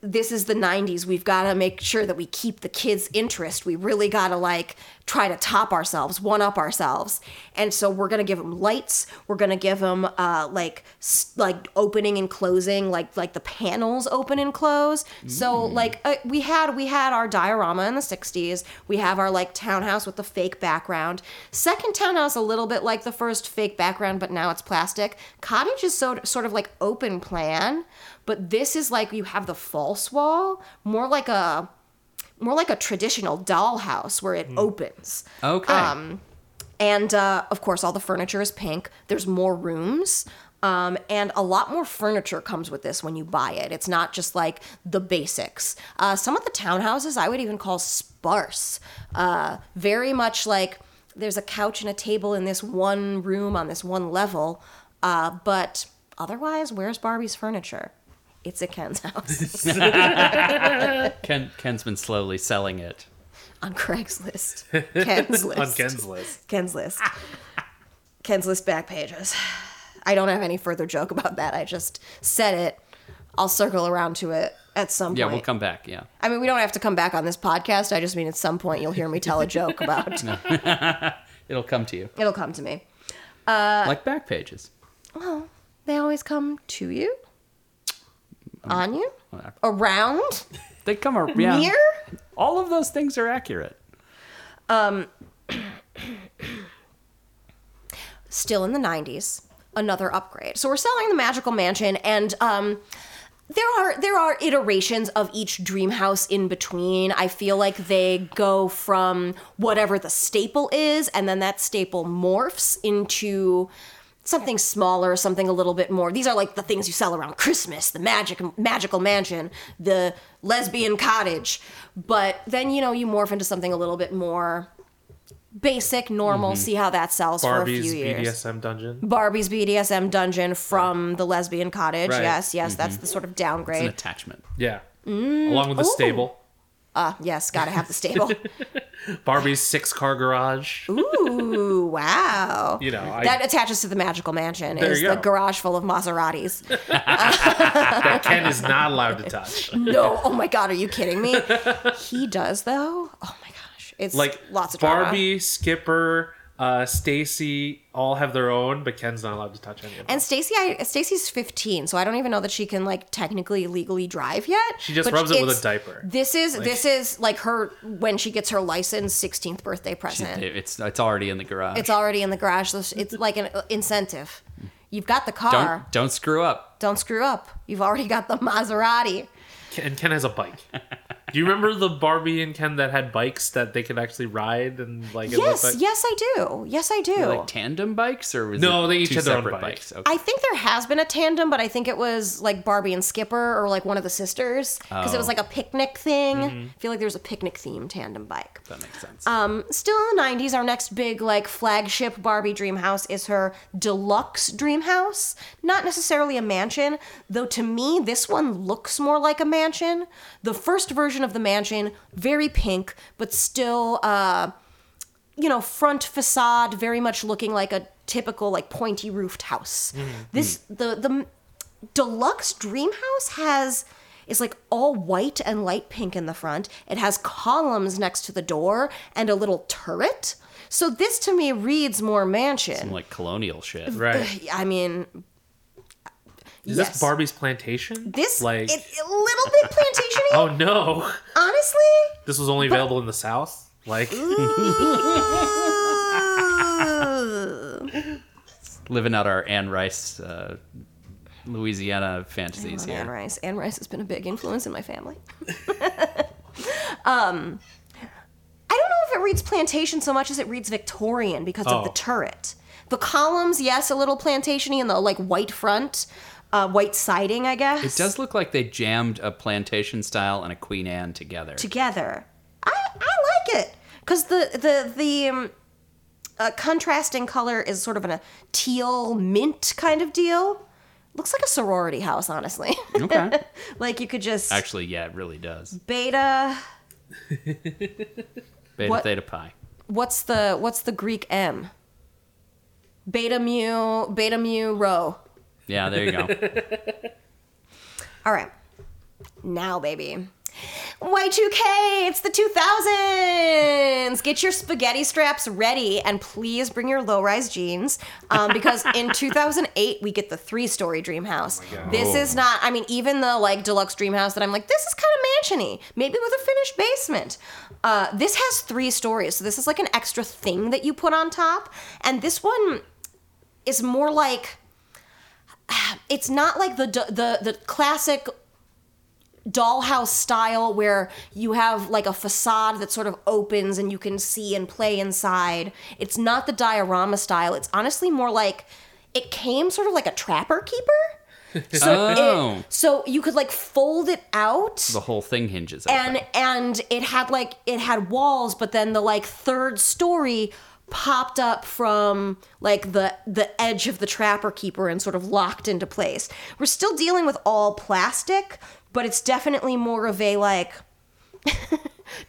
Speaker 2: this is the 90s. We've got to make sure that we keep the kids' interest. We really got to like try to top ourselves, one up ourselves. And so we're going to give them lights. We're going to give them uh, like s- like opening and closing, like like the panels open and close. So like uh, we had we had our diorama in the 60s. We have our like townhouse with the fake background. Second townhouse a little bit like the first fake background, but now it's plastic. Cottage is so, sort of like open plan but this is like you have the false wall more like a more like a traditional dollhouse where it opens
Speaker 3: Okay.
Speaker 2: Um, and uh, of course all the furniture is pink there's more rooms um, and a lot more furniture comes with this when you buy it it's not just like the basics uh, some of the townhouses i would even call sparse uh, very much like there's a couch and a table in this one room on this one level uh, but otherwise where's barbie's furniture it's at ken's house
Speaker 3: Ken Ken's been slowly selling it.
Speaker 2: on craigslist ken's list
Speaker 1: On Ken's list.
Speaker 2: Ken's list. Ken's list back pages. I don't have any further joke about that. I just said it. I'll circle around to it at some
Speaker 3: Yeah,
Speaker 2: point.
Speaker 3: we'll come back. Yeah.
Speaker 2: I mean, we don't have to come back on this podcast. I just mean at some point you'll hear me tell a joke about.
Speaker 3: It'll come to you.
Speaker 2: It'll come to me. Uh,
Speaker 3: like back pages.
Speaker 2: Well, they always come to you, on you,
Speaker 3: Um, Well,
Speaker 2: around,
Speaker 3: They come around. Yeah.
Speaker 2: near.
Speaker 3: All of those things are accurate.
Speaker 2: still in the 90s another upgrade so we're selling the magical mansion and um there are there are iterations of each dream house in between i feel like they go from whatever the staple is and then that staple morphs into something smaller something a little bit more these are like the things you sell around christmas the magic magical mansion the lesbian cottage but then you know you morph into something a little bit more basic normal see how that sells for a
Speaker 1: Barbie's
Speaker 2: few years
Speaker 1: BDSM dungeon.
Speaker 2: Barbie's BDSM dungeon from the lesbian cottage.
Speaker 1: Right. Mm-hmm.
Speaker 2: Yes, yes, that's the sort of
Speaker 3: It's an
Speaker 2: downgrade.
Speaker 3: attachment.
Speaker 1: Yeah. Along with the
Speaker 2: Mm. ooh.
Speaker 1: stable.
Speaker 2: Uh, yes, gotta have the stable.
Speaker 1: Barbie's six car garage.
Speaker 2: Ooh, wow.
Speaker 1: You know, I,
Speaker 2: that attaches to the magical mansion.
Speaker 1: There
Speaker 2: is
Speaker 1: you
Speaker 2: the
Speaker 1: go.
Speaker 2: garage full of Maseratis?
Speaker 1: that Ken is not allowed to touch.
Speaker 2: No, oh my god, are you kidding me? He does though. Oh my gosh, it's
Speaker 1: Like
Speaker 2: lots of drama.
Speaker 1: Barbie, Skipper, uh, Stacy all have their own, but Ken's not allowed to touch any of them.
Speaker 2: And Stacy, I Stacy's 15, so I don't even know that she can like technically legally drive yet.
Speaker 1: She just
Speaker 2: but
Speaker 1: rubs it with a
Speaker 2: it's-
Speaker 1: diaper.
Speaker 2: This is this is like her when she gets her license, 16th birthday present.
Speaker 3: It's it's already in the garage.
Speaker 2: It's already in the garage. so It's like an uh, incentive. You've got the car. Don't,
Speaker 3: don't don't screw up.
Speaker 2: screw up. You've already got the Maserati.
Speaker 1: Ken- and Ken has a bike. Do you remember the Barbie and Ken that had bikes that they could actually ride and like? it looked
Speaker 2: Yes,
Speaker 1: like-
Speaker 2: yes, I do. Yes, I do.
Speaker 3: Like tandem bikes or was
Speaker 1: No,
Speaker 3: it
Speaker 1: they each
Speaker 3: two
Speaker 1: had their own
Speaker 3: separate
Speaker 1: bikes.
Speaker 3: bikes? Okay.
Speaker 2: I think there has been a tandem, but I think it was like Barbie and Skipper or like one of the sisters because it was
Speaker 3: Oh. Mm-hmm.
Speaker 2: like a picnic thing. I feel like there's a picnic themed tandem bike.
Speaker 3: that makes sense.
Speaker 2: Um, still in the 90s, our next big, like, flagship Barbie dream house is her deluxe dream house. Not necessarily a mansion, though to me, this one looks more like a mansion. The first version of the mansion, very pink, but still, uh, you know, front facade very much looking like a typical like pointy roofed house.
Speaker 1: Mm-hmm.
Speaker 2: This
Speaker 1: Mm.
Speaker 2: the the deluxe dream house has is like all white and light pink in the front. It has columns next to the door and a little turret. So this to me reads more mansion.
Speaker 5: like colonial shit.
Speaker 1: Right.
Speaker 2: I mean,
Speaker 1: Is
Speaker 2: yes.
Speaker 1: this Barbie's plantation?
Speaker 2: this
Speaker 1: like
Speaker 2: like it, a little bit plantationy.
Speaker 1: oh no,
Speaker 2: Honestly,
Speaker 1: this was only available in the South. Like
Speaker 5: Living out our Anne Rice, uh, Louisiana fantasies
Speaker 2: Love Anne
Speaker 5: here.
Speaker 2: Rice. Anne Rice has been a big influence in my family. um, I don't know if it reads plantation so much as it reads Victorian because of the
Speaker 1: Oh.
Speaker 2: turret. The columns, yes, a little plantationy and the like white front, uh, white siding, I guess.
Speaker 5: It does look like they jammed a plantation style and a Queen Anne together.
Speaker 2: together. I I like it because the the the um, uh, contrasting color is sort of an, a teal mint kind of deal. Looks like a sorority house, honestly.
Speaker 5: Okay.
Speaker 2: like you could just
Speaker 5: Actually, yeah, it really does.
Speaker 2: beta.
Speaker 5: Beta
Speaker 2: What-
Speaker 5: Theta Pi.
Speaker 2: What's the what's the Greek M? Beta mu beta mu rho.
Speaker 5: Yeah, there you go.
Speaker 2: All right. Now, baby. Y2K, it's the 2000s. Get your spaghetti straps ready and please bring your low rise jeans um, because in 2008, we get the three story dream house. this is not, I mean, even the like deluxe dream house that I'm like, this is kind of mansiony, maybe with a finished basement. Uh, this has three stories. So this is like an extra thing that you put on top. And this one is more like it's not like the the the classic dollhouse style where you have like a facade that sort of opens and you can see and play inside. It's not the diorama style. It's honestly more like it came sort of like a trapper keeper. So it-
Speaker 5: Oh.
Speaker 2: so you could like fold it out
Speaker 5: the whole thing hinges open.
Speaker 2: and and it had like it had walls but then the like third story popped up from like the the edge of the trapper keeper and sort of locked into place we're still dealing with all plastic but it's definitely more of a like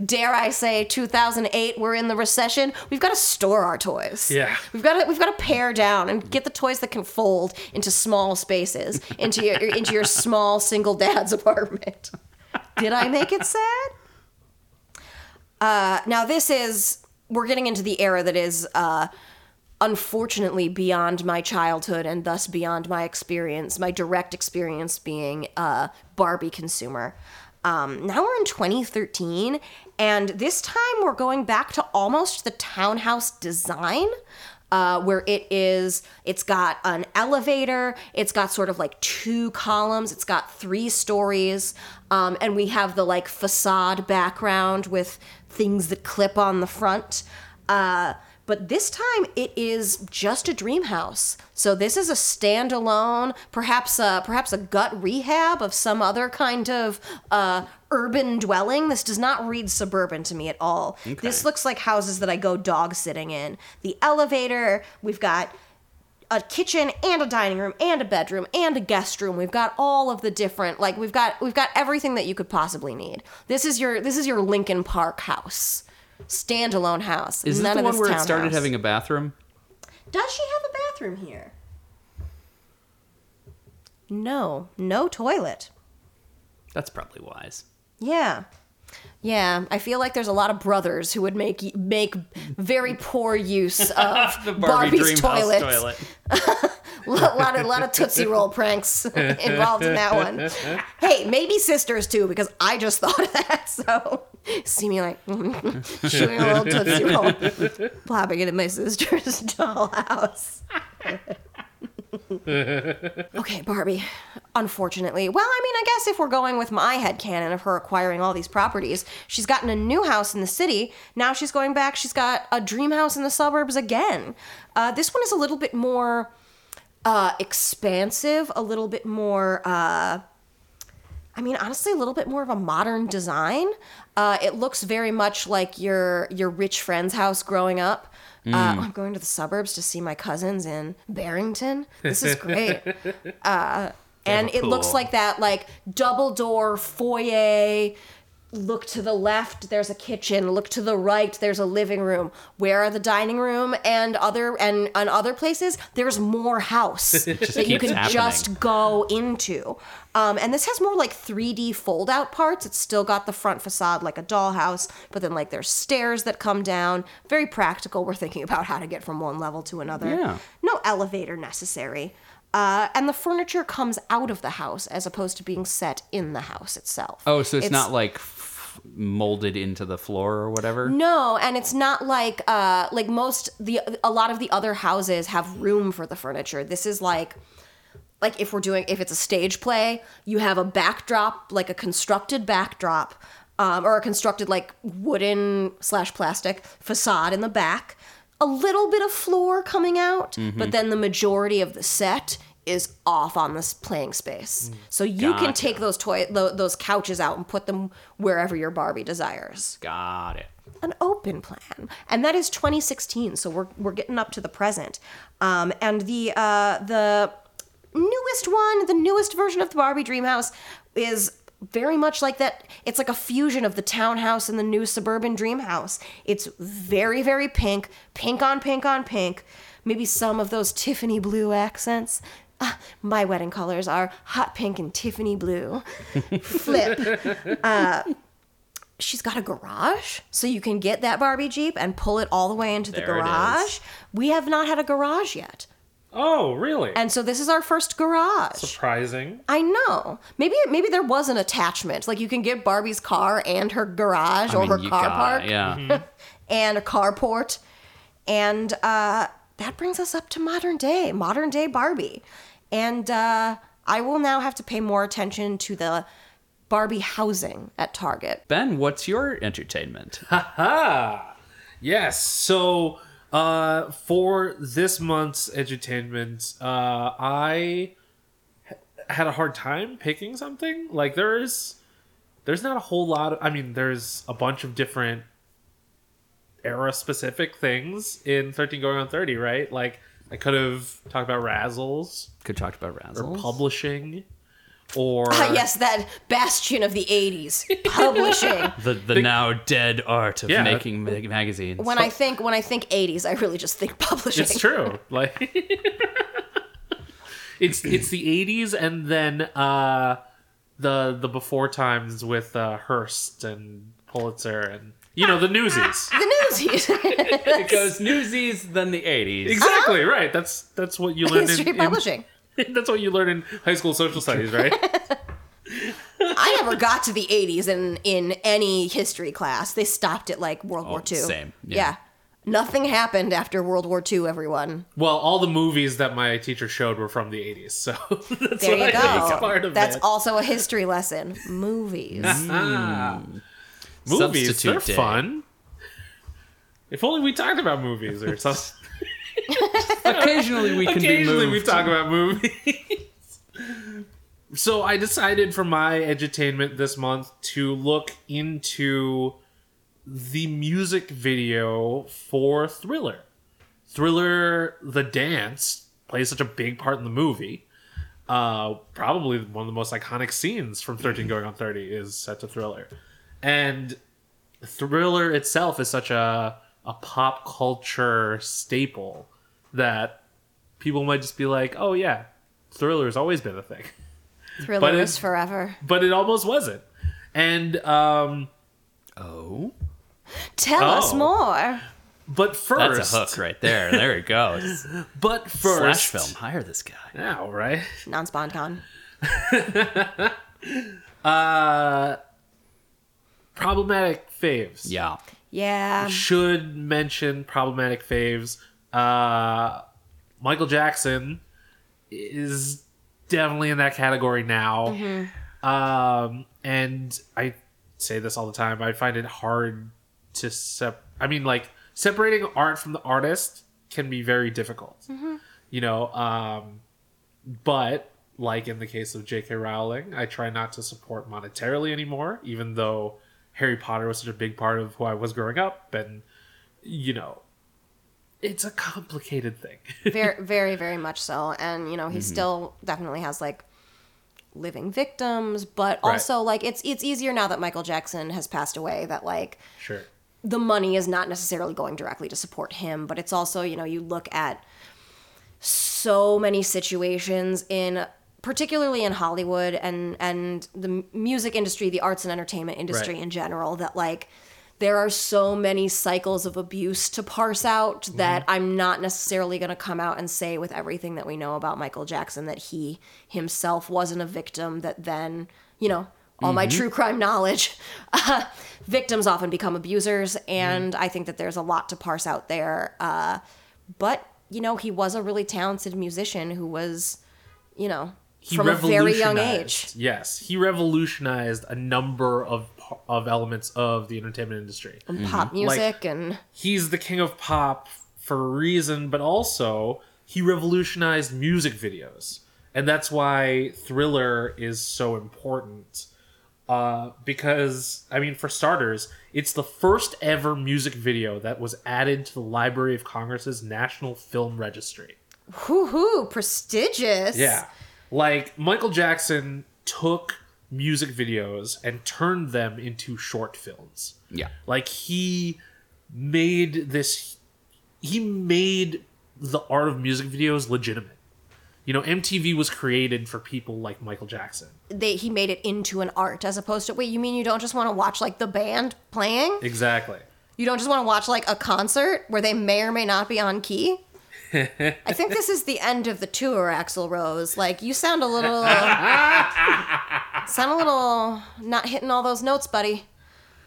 Speaker 2: dare i say 2008 we're in the recession we've got to store our toys
Speaker 1: Yeah.
Speaker 2: we've got to we've got to pare down and get the toys that can fold into small spaces into your into your small single dad's apartment did I make it sad? Uh, now this is we're getting into the era that is uh, unfortunately beyond my childhood and thus beyond my experience, my direct experience being a Barbie consumer. Um, now we're in 2013, and this time we're going back to almost the townhouse design. Uh, where it is, it's got an elevator, it's got sort of like two columns, it's got three stories, um, and we have the like facade background with things that clip on the front. Uh, but this time it is just a dream house. So this is a standalone, perhaps a, perhaps a gut rehab of some other kind of uh, urban dwelling. This does not read suburban to me at all. This looks like houses that I go dog sitting in. The elevator, we've got a kitchen and a dining room and a bedroom and a guest room. We've got all of the different like we've got we've got everything that you could possibly need. This is your this is your Lincoln Park house. Standalone house.
Speaker 5: Is this
Speaker 2: None
Speaker 5: the
Speaker 2: of
Speaker 5: one
Speaker 2: this
Speaker 5: where it
Speaker 2: townhouse.
Speaker 5: started having a bathroom?
Speaker 2: Does she have a bathroom here? No, no toilet.
Speaker 5: That's probably wise.
Speaker 2: Yeah. Yeah, I feel like there's a lot of brothers who would make make very poor use of Barbie's toilets. a lot of lot of tootsie roll pranks involved in that one. Hey, maybe sisters too, because I just thought of that. So see me like shooting a little tootsie roll, plopping it in my sister's dollhouse. okay, Barbie. Unfortunately, well, I mean, I guess if we're going with my headcanon of her acquiring all these properties, she's gotten a new house in the city. Now she's going back. She's got a dream house in the suburbs again. Uh, this one is a little bit more uh, expansive, a little bit more. Uh, I mean, honestly, a little bit more of a modern design. Uh, it looks very much like your your rich friend's house growing up.
Speaker 5: Mm.
Speaker 2: Uh, I'm going to the suburbs to see my cousins in Barrington. This is great. uh, and it looks
Speaker 5: cool.
Speaker 2: like that, like double door foyer look to the left there's a kitchen look to the right there's a living room where are the dining room and other and and other places there's more house that you
Speaker 5: keeps
Speaker 2: can
Speaker 5: happening.
Speaker 2: just go into um, and this has more like 3d fold out parts it's still got the front facade like a dollhouse but then like there's stairs that come down very practical we're thinking about how to get from one level to another
Speaker 3: Yeah.
Speaker 2: no elevator necessary uh, and the furniture comes out of the house as opposed to being set in the house itself
Speaker 5: Oh, so it's, not like f- molded into the floor or whatever.
Speaker 2: no, and it's not like uh like most the a lot of the other houses have room for the furniture. This is like like if we're doing if it's a stage play, you have a backdrop like a constructed backdrop um, or a constructed like wooden slash plastic facade in the back, a little bit of floor coming out, but then the majority of the set is off on this playing space. So you can
Speaker 5: Gotcha.
Speaker 2: take those toy tho- those couches out and put them wherever your Barbie desires
Speaker 5: Got it.
Speaker 2: an open plan, and that is 2016. So we're we're getting up to the present, um, and the uh, the newest one, the newest version of the Barbie Dream House is very much like that. It's like a fusion of the townhouse and the new suburban dream house. It's very very pink, pink on pink on pink, maybe some of those Tiffany blue accents. Ah, my wedding colors are hot pink and Tiffany blue. Flip Uh, she's got a garage, so you can get that Barbie Jeep and pull it all the way into the
Speaker 5: There it is.
Speaker 2: garage. We have not had a garage yet.
Speaker 1: Oh, really?
Speaker 2: And so this is our first garage.
Speaker 1: Surprising.
Speaker 2: I know. Maybe maybe there was an attachment. Like you can get Barbie's car and her garage or her car park
Speaker 5: Yeah.
Speaker 2: and a carport. And uh, that brings us up to modern day, modern day Barbie. And uh, I will now have to pay more attention to the Barbie housing at Target.
Speaker 5: Ben, what's your entertainment?
Speaker 1: Ah, yes. So, uh, for this month's entertainment, uh, I h- had a hard time picking something. Like there's, there's not a whole lot. Of, I mean, there's a bunch of different era specific things in Thirteen Going on Thirty, right? Like I could have talked about Razzles
Speaker 5: Could talk about Razzle.
Speaker 1: or publishing, or
Speaker 2: Ah, yes, that bastion of the 80s, publishing.
Speaker 5: the, the now dead art of
Speaker 1: Yeah.
Speaker 5: making mag- magazines.
Speaker 2: when I think when I think 80s, I really just think publishing.
Speaker 1: It's true. Like it's it's the eighties and then uh the the before times with uh Hearst and Pulitzer and you know the newsies.
Speaker 2: The newsies.
Speaker 5: it goes Newsies, then the 80s.
Speaker 1: exactly, right. That's that's what you learn
Speaker 2: History
Speaker 1: in,
Speaker 2: of publishing.
Speaker 1: in that's what you learn in high school social studies, right?
Speaker 2: I never got to the 80s in in any history class. They stopped at like World War II.
Speaker 5: same, yeah.
Speaker 2: Nothing happened after World War II, everyone.
Speaker 1: well, all the movies that my teacher showed were from the eighties, so that's
Speaker 2: There
Speaker 1: what I
Speaker 2: you
Speaker 1: think is
Speaker 2: go.
Speaker 1: part of
Speaker 2: That's
Speaker 1: it.
Speaker 2: also a history lesson. Movies.
Speaker 1: Ah. Movies,
Speaker 5: Hmm. Substitute
Speaker 1: they're
Speaker 5: Day.
Speaker 1: fun. If only we talked about movies or something.
Speaker 5: Occasionally we can be
Speaker 1: Occasionally
Speaker 5: moved.
Speaker 1: we talk about movies. so I decided for my edutainment this month to look into the music video for Thriller. Thriller, the dance, plays such a big part in the movie. Uh, probably one of the most iconic scenes from 13 Going on 30 is set to Thriller. And Thriller itself is such a, a pop culture staple that people might just be like, oh yeah, Thriller's always been a thing.
Speaker 2: Thriller
Speaker 1: But
Speaker 2: is
Speaker 1: it's-
Speaker 2: forever.
Speaker 1: But it almost wasn't. And um
Speaker 5: Oh.
Speaker 2: Tell us
Speaker 1: Oh.
Speaker 2: more.
Speaker 1: but first
Speaker 5: That's a hook right there. There it goes.
Speaker 1: But
Speaker 5: Slash
Speaker 1: first
Speaker 5: film. Hire this guy.
Speaker 1: Now, right?
Speaker 2: Non SponCon.
Speaker 1: Uh, Problematic faves.
Speaker 5: Yeah.
Speaker 2: Yeah.
Speaker 1: Should mention problematic faves. Uh Michael Jackson is definitely in that category now. Um, and I say this all the time. I find it hard to sep. I mean, like separating art from the artist can be very difficult. You know, um, but like in the case of J.K. Rowling, I try not to support monetarily anymore, even though Harry Potter was such a big part of who I was growing up, and you know, it's a complicated thing.
Speaker 2: very very very much so and you know he still definitely has like living victims, but
Speaker 1: Right.
Speaker 2: also like it's it's easier now that Michael Jackson has passed away that like
Speaker 1: Sure.
Speaker 2: the money is not necessarily going directly to support him, but it's also, you know, you look at so many situations in particularly in Hollywood and and the m- music industry, the arts and entertainment industry
Speaker 1: Right.
Speaker 2: in general that like there are so many cycles of abuse to parse out that I'm not necessarily going to come out and say with everything that we know about Michael Jackson that he himself wasn't a victim that then, you know, all my true crime knowledge victims often become abusers and i think that there's a lot to parse out there uh, but you know he was a really talented musician who was you know from a very young age
Speaker 1: revolutionized- Yes, he revolutionized a number of of elements of the entertainment industry.
Speaker 2: pop music and
Speaker 1: He's the king of pop for a reason, but also he revolutionized music videos, and that's why Thriller is so important. Uh, because I mean, for starters, it's the first ever music video that was added to the Library of Congress's National Film Registry.
Speaker 2: hoo hoo prestigious
Speaker 1: Yeah. Like Michael Jackson took music videos and turned them into short films.
Speaker 3: Yeah.
Speaker 1: Like he made this he made the art of music videos legitimate. You know, MTV was created for people like Michael Jackson.
Speaker 2: they, he made it into an art as opposed to wait you mean you don't just want to watch like the band playing
Speaker 1: Exactly.
Speaker 2: you don't just want to watch like a concert where they may or may not be on key I think this is the end of the tour, Axl Rose. Like you sound a little, sound a little not hitting all those notes, buddy.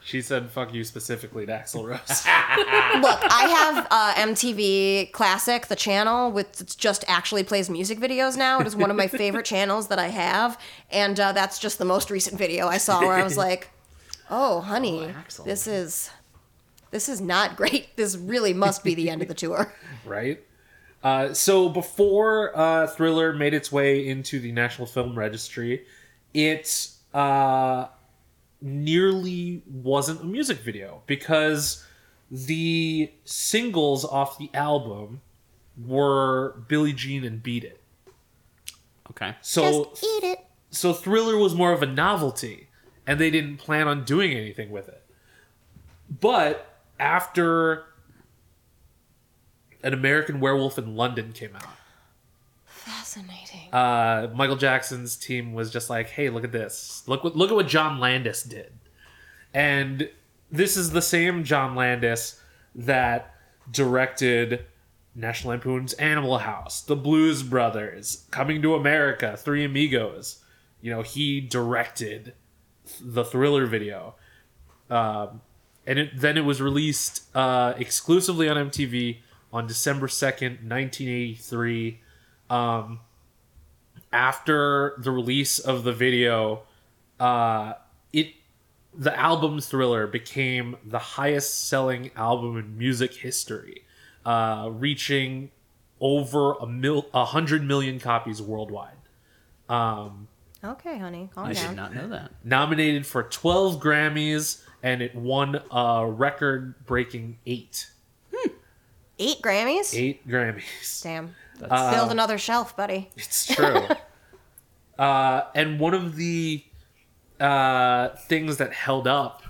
Speaker 1: She said fuck you specifically to Axl Rose.
Speaker 2: Look, I have uh, MTV Classic, the channel with it's just actually plays music videos now. It is one of my favorite channels that I have, and uh, that's just the most recent video I saw where I was like, "Oh, honey,
Speaker 5: Axl.
Speaker 2: this is this is not great. This really must be the end of the tour."
Speaker 1: right? Uh, so before uh, Thriller made its way into the National Film Registry, it uh, nearly wasn't a music video because the singles off the album were "Billie Jean" and "Beat It."
Speaker 5: Okay.
Speaker 1: So
Speaker 2: just eat it.
Speaker 1: so Thriller was more of a novelty, and they didn't plan on doing anything with it. But after an American Werewolf in London came out,
Speaker 2: Fascinating.
Speaker 1: uh, Michael Jackson's team was just like, "Hey, look at this! Look what look at what John Landis did," and this is the same John Landis that directed National Lampoon's Animal House, The Blues Brothers, Coming to America, Three Amigos. You know, he directed the Thriller video, um, and it, then it was released uh, exclusively on MTV on December second, nineteen Um, eighty three after the release of the video, uh, it the album Thriller became the highest selling album in music history, uh, reaching over a mil a hundred million copies worldwide. Um,
Speaker 2: okay, honey, calm
Speaker 5: I
Speaker 2: down.
Speaker 5: did not know that.
Speaker 1: Nominated for twelve Grammys, and it won a record breaking eight
Speaker 2: Eight Grammys?
Speaker 1: eight uh, Grammys.
Speaker 2: Damn. Build another shelf, buddy.
Speaker 1: It's true. uh, and one of the uh, things that held up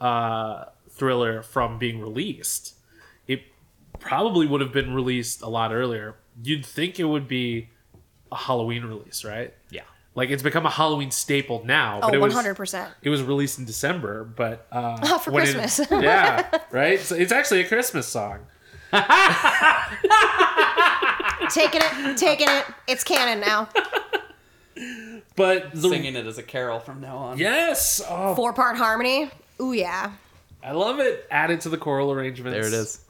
Speaker 1: uh, Thriller from being released, it probably would have been released a lot earlier. You'd think it would be a Halloween release, right?
Speaker 5: Yeah.
Speaker 1: Like it's become a Halloween staple now.
Speaker 2: Oh,
Speaker 1: but it was-
Speaker 2: 100%.
Speaker 1: it was released in December, but uh,
Speaker 2: Not Oh, for
Speaker 1: when it-
Speaker 2: Christmas.
Speaker 1: yeah, right. So it's actually a Christmas song.
Speaker 2: taking it, taking it. It's canon now.
Speaker 1: But the
Speaker 5: Singing it as a carol from now on.
Speaker 1: yes, oh,
Speaker 2: Four part harmony. Ooh, yeah.
Speaker 1: I love it. Added to the choral arrangements.
Speaker 5: There it is.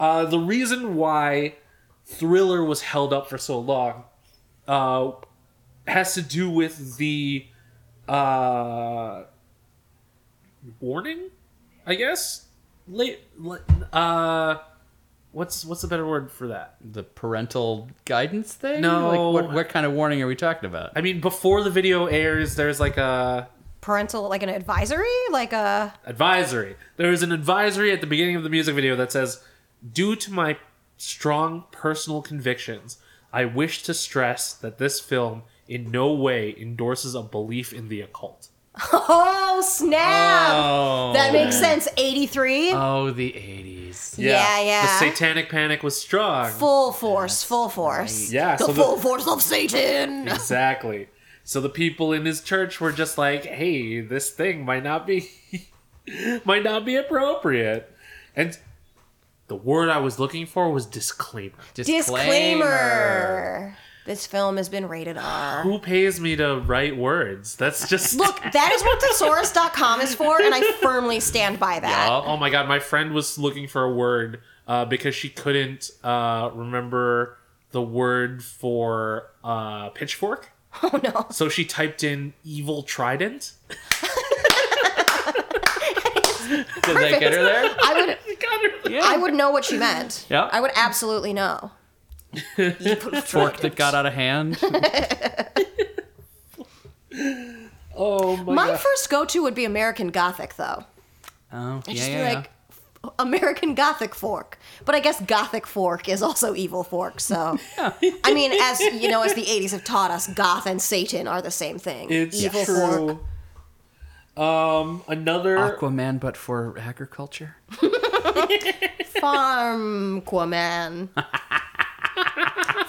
Speaker 1: Uh, the reason why Thriller was held up for so long uh, has to do with the uh, warning, I guess. Late, uh, what's what's a better word for that?
Speaker 5: The parental guidance thing?
Speaker 1: No.
Speaker 5: Like, what, what kind of warning are we talking about?
Speaker 1: I mean, before the video airs, there's like a
Speaker 2: Parental, like an advisory? Like a.
Speaker 1: advisory. There is an advisory at the beginning of the music video that says, "Due to my strong personal convictions, I wish to stress that this film in no way endorses a belief in the occult.
Speaker 2: Oh snap!
Speaker 1: Oh.
Speaker 2: that makes sense. Eighty three.
Speaker 5: Oh, the 80s.
Speaker 2: yeah, yeah.
Speaker 1: Uh, The satanic panic was strong.
Speaker 2: full force, full force.
Speaker 1: right. Yeah,
Speaker 2: the
Speaker 1: so the-
Speaker 2: full force of Satan.
Speaker 1: exactly. So the people in his church were just like, "Hey, this thing might not be might not be appropriate." And the word I was looking for was disclaimer.
Speaker 2: Disclaimer. This film has been rated R.
Speaker 1: Who pays me to write words? That's just
Speaker 2: Look, that is what thesaurus.com is for, and I firmly stand by that.
Speaker 1: Uh, oh my god, my friend was looking for a word uh, because she couldn't uh, remember the word for uh, pitchfork.
Speaker 2: Oh no.
Speaker 1: So she typed in evil trident.
Speaker 5: Did that get her there?
Speaker 2: I would
Speaker 1: It got her.
Speaker 2: I would know what she meant.
Speaker 5: Yeah.
Speaker 2: I would absolutely know.
Speaker 5: Fork that got out of hand.
Speaker 1: Oh my,
Speaker 2: My
Speaker 1: god.
Speaker 2: first go to would be American Gothic though.
Speaker 5: Oh,
Speaker 2: I'd
Speaker 5: yeah,
Speaker 2: just
Speaker 5: yeah,
Speaker 2: be
Speaker 5: yeah.
Speaker 2: like American Gothic fork. But I guess Gothic fork is also evil fork, so I mean as you know, as the eighties have taught us, Goth and Satan are the same thing.
Speaker 1: It's
Speaker 2: evil fork.
Speaker 1: true. Um, another
Speaker 5: Aquaman, but for agriculture.
Speaker 2: Farmquaman.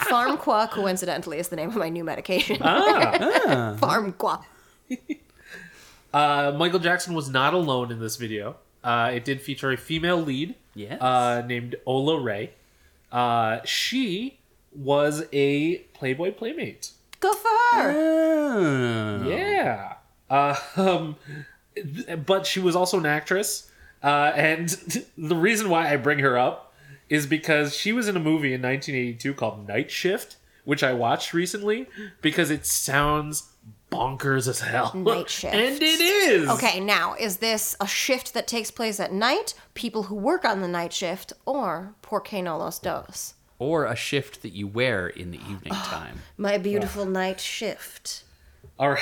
Speaker 2: Farmqua, coincidentally, is the name of my new medication.
Speaker 5: Uh-huh.
Speaker 1: ah,
Speaker 2: Farmqua.
Speaker 1: uh, Michael Jackson was not alone in this video. Uh, it did feature a female lead,
Speaker 5: Yes.
Speaker 1: uh, named Ola Ray. Uh, she was a Playboy playmate.
Speaker 2: Go for her.
Speaker 5: Oh.
Speaker 3: Um,
Speaker 1: Yeah. Uh, um, th- but she was also an actress. Uh, and the reason why I bring her up is because she was in a movie in 1982 called Night Shift, which I watched recently because it sounds bonkers as hell.
Speaker 2: Night Shift.
Speaker 1: and it is.
Speaker 2: Okay, now, is this a shift that takes place at night, people who work on the night shift, or por que no los dos?
Speaker 5: Or a shift that you wear in the evening time.
Speaker 2: My beautiful night shift.
Speaker 1: All right.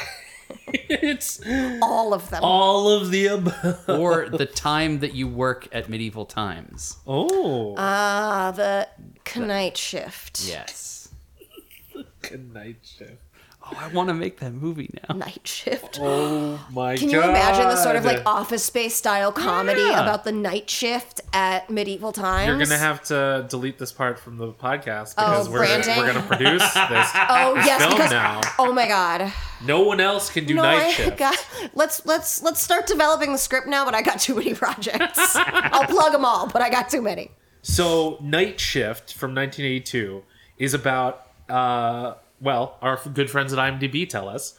Speaker 1: it's
Speaker 2: All of them.
Speaker 1: all of the above.
Speaker 5: or the time that you work at medieval times.
Speaker 1: Oh.
Speaker 2: Ah, the night shift.
Speaker 5: Yes.
Speaker 1: Good night shift.
Speaker 5: Oh, I want to make that movie now.
Speaker 2: Night shift.
Speaker 1: Oh my god.
Speaker 2: Uh, Can you imagine the sort of like office space style comedy
Speaker 5: Yeah.
Speaker 2: about the night shift at medieval times?
Speaker 1: You're gonna have to delete this part from the podcast because
Speaker 2: Oh,
Speaker 1: we're
Speaker 2: branding.
Speaker 1: we're gonna produce this.
Speaker 2: Oh yes,
Speaker 1: film
Speaker 2: because
Speaker 1: now.
Speaker 2: oh my god,
Speaker 1: No one else can do
Speaker 2: no,
Speaker 1: night
Speaker 2: I
Speaker 1: shift.
Speaker 2: got, let's let's let's start developing the script now. But I got too many projects. I'll plug them all, but I got too many.
Speaker 1: So night shift from 1982 is about uh, well, our f- good friends at IMDb tell us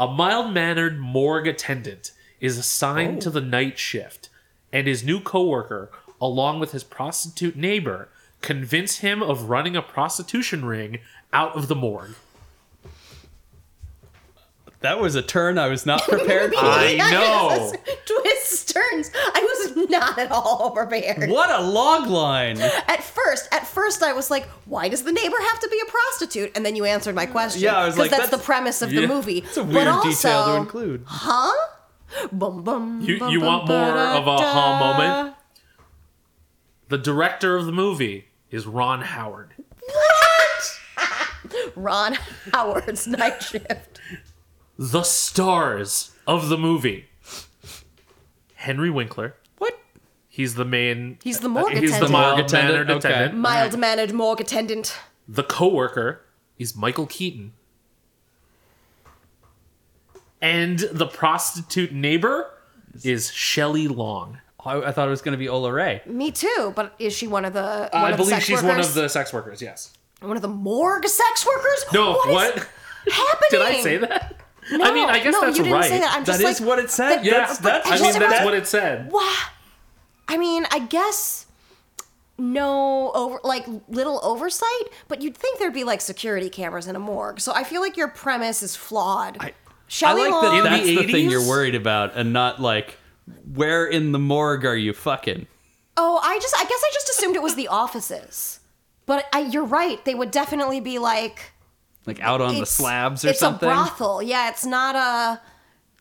Speaker 1: a mild-mannered morgue attendant is assigned to the night shift, and his new coworker, along with his prostitute neighbor, convince him of running a prostitution ring out of the morgue.
Speaker 5: That was a turn I was not prepared for.
Speaker 1: I know.
Speaker 2: Twists, turns. I was not at all prepared.
Speaker 5: what a log line!
Speaker 2: At first, at first, I was like, "Why does the neighbor have to be a prostitute?" And then you answered my question.
Speaker 5: Yeah, I was
Speaker 2: 'cause
Speaker 5: like,
Speaker 2: that's,
Speaker 5: that's-
Speaker 2: the premise of the
Speaker 5: yeah,
Speaker 2: movie.
Speaker 5: It's a
Speaker 2: But
Speaker 5: weird detail to
Speaker 2: also-
Speaker 5: include.
Speaker 2: Huh? Bum, bum,
Speaker 1: You,
Speaker 2: bum,
Speaker 1: you
Speaker 2: bum,
Speaker 1: want more of a huh
Speaker 2: ba-da-da.
Speaker 1: moment? The director of the movie is Ron Howard.
Speaker 2: Ron Howard's night shift.
Speaker 1: The stars of the movie Henry Winkler.
Speaker 5: What?
Speaker 1: He's the main. uh,
Speaker 2: He's the morgue
Speaker 1: He's the
Speaker 2: attendant.
Speaker 1: mild
Speaker 5: Morgue attendant,
Speaker 1: mannered
Speaker 5: okay.
Speaker 1: attendant.
Speaker 2: Mild mannered morgue attendant.
Speaker 1: The coworker is Michael Keaton. And the prostitute neighbor is Shelley Long.
Speaker 5: I, I thought it was going to be Ola Ray.
Speaker 2: Me too, but is she one of the? One
Speaker 1: I
Speaker 2: of the
Speaker 1: believe
Speaker 2: sex
Speaker 1: she's
Speaker 2: workers?
Speaker 1: one of the sex workers, yes.
Speaker 2: one of the morgue sex workers.
Speaker 1: No,
Speaker 2: what?
Speaker 1: what?
Speaker 2: Is happening?
Speaker 1: Did I say that?
Speaker 2: No,
Speaker 1: I mean, I guess
Speaker 2: no,
Speaker 1: that's
Speaker 2: you didn't
Speaker 1: right.
Speaker 2: Say that. I'm
Speaker 5: That
Speaker 2: just
Speaker 5: is
Speaker 2: like,
Speaker 5: what it said.
Speaker 1: Yeah,
Speaker 5: that's, that's,
Speaker 1: I
Speaker 2: just
Speaker 1: mean, that's
Speaker 2: about-
Speaker 1: what it said.
Speaker 2: Wah. I mean, I guess no over like little oversight, but you'd think there'd be like security cameras in a morgue. So I feel like your premise is flawed.
Speaker 5: I
Speaker 2: Shall we
Speaker 5: like
Speaker 2: Long,
Speaker 5: that.
Speaker 1: In the
Speaker 5: That's the, thing
Speaker 1: 80s?
Speaker 5: you're worried about, and not like where in the morgue are you fucking?
Speaker 2: Oh, I just I guess I just assumed it was the offices. But I, you're right. They would definitely be like
Speaker 5: Like out on the
Speaker 2: it's-
Speaker 5: slabs or
Speaker 2: it's
Speaker 5: something?
Speaker 2: a brothel. Yeah, it's not a.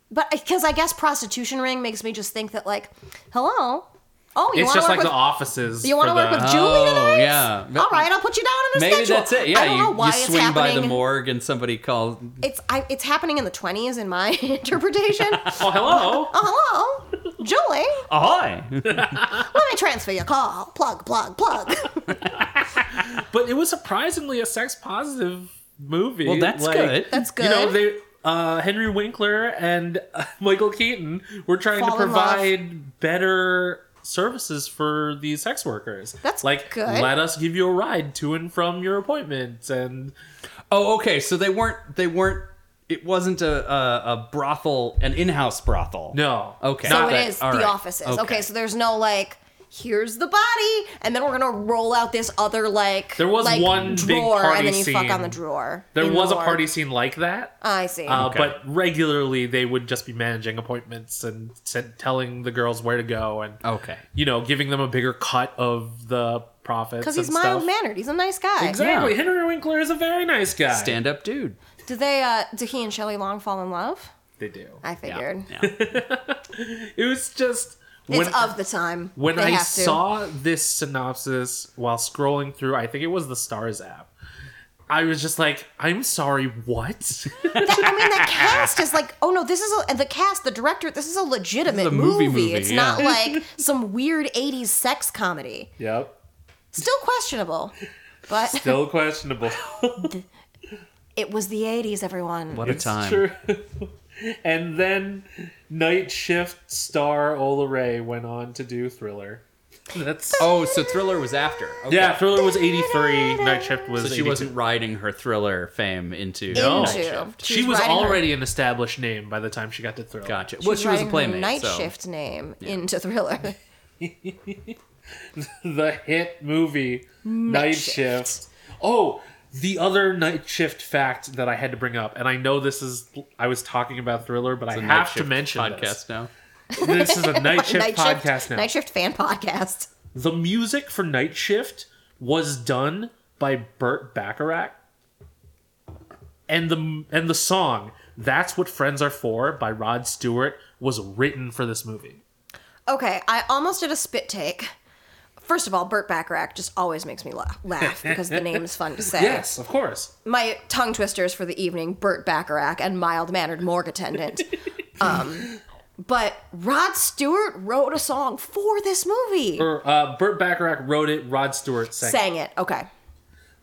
Speaker 2: But because I guess prostitution ring makes me just think that like, hello, Oh, you
Speaker 1: it's
Speaker 2: want to
Speaker 1: just
Speaker 2: work
Speaker 1: like
Speaker 2: with
Speaker 1: the offices.
Speaker 2: you want to
Speaker 1: for
Speaker 2: work
Speaker 1: the- Oh,
Speaker 2: with Julie tonight?
Speaker 5: yeah.
Speaker 2: All right, I'll put you down on a
Speaker 5: Maybe
Speaker 2: schedule.
Speaker 5: that's it.
Speaker 2: I
Speaker 5: Yeah,
Speaker 2: don't know
Speaker 5: you,
Speaker 2: why
Speaker 5: you
Speaker 2: it's
Speaker 5: swing by
Speaker 2: happening.
Speaker 5: the morgue and somebody calls.
Speaker 2: It's I, it's happening in the twenties in my interpretation. oh,
Speaker 1: Oh, hello.
Speaker 2: hello, Julie.
Speaker 5: Ahoy!
Speaker 2: Let me transfer your call. Plug, plug, plug.
Speaker 1: But it was surprisingly a sex positive movie.
Speaker 5: Well, that's
Speaker 1: Like,
Speaker 5: good.
Speaker 2: That's good.
Speaker 1: You know, they uh, Henry Winkler and uh, Michael Keaton were trying
Speaker 2: Fall
Speaker 1: to
Speaker 2: in love.
Speaker 1: provide better services for these sex workers.
Speaker 2: That's
Speaker 1: like
Speaker 2: good.
Speaker 1: let us give you a ride to and from your appointments and
Speaker 5: Oh, okay. So they weren't. They weren't. It wasn't a a, a brothel, an in-house brothel.
Speaker 1: no.
Speaker 5: Okay.
Speaker 2: so
Speaker 5: Not
Speaker 2: it
Speaker 5: that-
Speaker 2: is
Speaker 5: all
Speaker 2: the
Speaker 5: right.
Speaker 2: offices. Okay. so there's no like. Here's the body, and then we're gonna roll out this other like
Speaker 1: There was
Speaker 2: like,
Speaker 1: one big
Speaker 2: drawer,
Speaker 1: party
Speaker 2: and then you fuck
Speaker 1: scene.
Speaker 2: on the drawer.
Speaker 1: There
Speaker 2: in
Speaker 1: was a
Speaker 2: the Lord.
Speaker 1: party scene like that.
Speaker 2: I see.
Speaker 1: Uh, But regularly, they would just be managing appointments and sent, telling the girls where to go and,
Speaker 5: Okay.
Speaker 1: you know, giving them a bigger cut of the profits.
Speaker 2: Because he's
Speaker 1: and stuff.
Speaker 2: mild mannered. He's a nice guy.
Speaker 1: Exactly. Henry Winkler is a very nice guy.
Speaker 5: Stand-up dude.
Speaker 2: Do they? uh Do he and Shelley Long fall in love?
Speaker 1: They do.
Speaker 2: I figured
Speaker 1: It was just when
Speaker 2: it's of the time.
Speaker 1: when
Speaker 2: they
Speaker 1: I
Speaker 2: have to.
Speaker 1: saw this synopsis while scrolling through. I think it was the Stars app. I was just like, I'm sorry, what?
Speaker 2: That- I mean, the cast is like, oh no, this is a, the cast, the director. This is a legitimate
Speaker 5: a
Speaker 2: movie.
Speaker 5: movie movie,
Speaker 2: It's
Speaker 5: yeah.
Speaker 2: not like some weird '80s sex comedy.
Speaker 1: yep.
Speaker 2: Still questionable, but
Speaker 1: Still questionable.
Speaker 2: it was the '80s. Everyone,
Speaker 5: What a time.
Speaker 1: True. and then Night Shift star Ola Ray went on to do Thriller. That's
Speaker 5: Oh, so Thriller was after. Okay.
Speaker 1: yeah. Thriller was eighty three. Night Shift was.
Speaker 5: So she
Speaker 1: 82.
Speaker 5: wasn't riding her Thriller fame into.
Speaker 1: No.
Speaker 2: into.
Speaker 1: She,
Speaker 2: She's
Speaker 1: was
Speaker 2: writing her-
Speaker 1: already an established name by the time she got to Thriller.
Speaker 5: Gotcha.
Speaker 2: she
Speaker 5: well, she was a
Speaker 2: writing her
Speaker 5: playmate.
Speaker 2: Night
Speaker 5: so-
Speaker 2: shift name into thriller.
Speaker 1: the hit movie Night Shift. Oh, the other Night Shift fact that I had to bring up, and I know this is I was talking about Thriller, but I
Speaker 5: Night
Speaker 1: have to
Speaker 5: Shift
Speaker 1: mention
Speaker 5: podcast
Speaker 1: this.
Speaker 5: now.
Speaker 1: This is a Night Shift
Speaker 2: night
Speaker 1: podcast
Speaker 2: shift,
Speaker 1: now.
Speaker 2: night shift fan podcast.
Speaker 1: The music for Night Shift was done by Burt Bacharach, and the and the song "That's What Friends Are For" by Rod Stewart was written for this movie.
Speaker 2: Okay, I almost did a spit take. First of all, Burt Bacharach just always makes me laugh, laugh because the name's fun to say.
Speaker 1: Yes, of course.
Speaker 2: my tongue twisters for the evening Burt Bacharach and mild mannered morgue attendant. um, but Rod Stewart wrote a song for this movie.
Speaker 1: Or uh, Burt Bacharach wrote it. Rod Stewart sang. it.
Speaker 2: Sang it. Okay.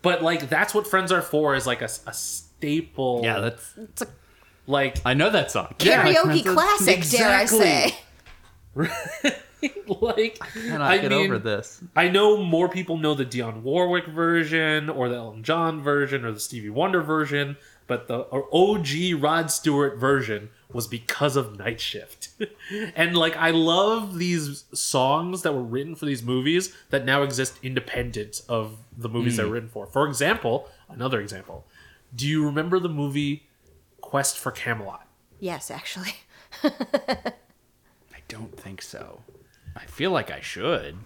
Speaker 1: But like that's what friends are for is like a, a staple.
Speaker 5: Yeah, that's.
Speaker 2: It's a
Speaker 1: like
Speaker 5: I know that song.
Speaker 1: Yeah,
Speaker 2: karaoke classic, dare I
Speaker 1: exactly.
Speaker 2: say.
Speaker 1: like
Speaker 5: Cannot
Speaker 1: I
Speaker 5: get
Speaker 1: mean,
Speaker 5: over this.
Speaker 1: I know more people know the Dionne Warwick version or the Elton John version or the Stevie Wonder version, but the OG Rod Stewart version was because of Night Shift. and like I love these songs that were written for these movies that now exist independent of the movies they're written for. For example, another example. Do you remember the movie Quest for Camelot?
Speaker 2: Yes, actually.
Speaker 5: I don't think so. I feel like I should.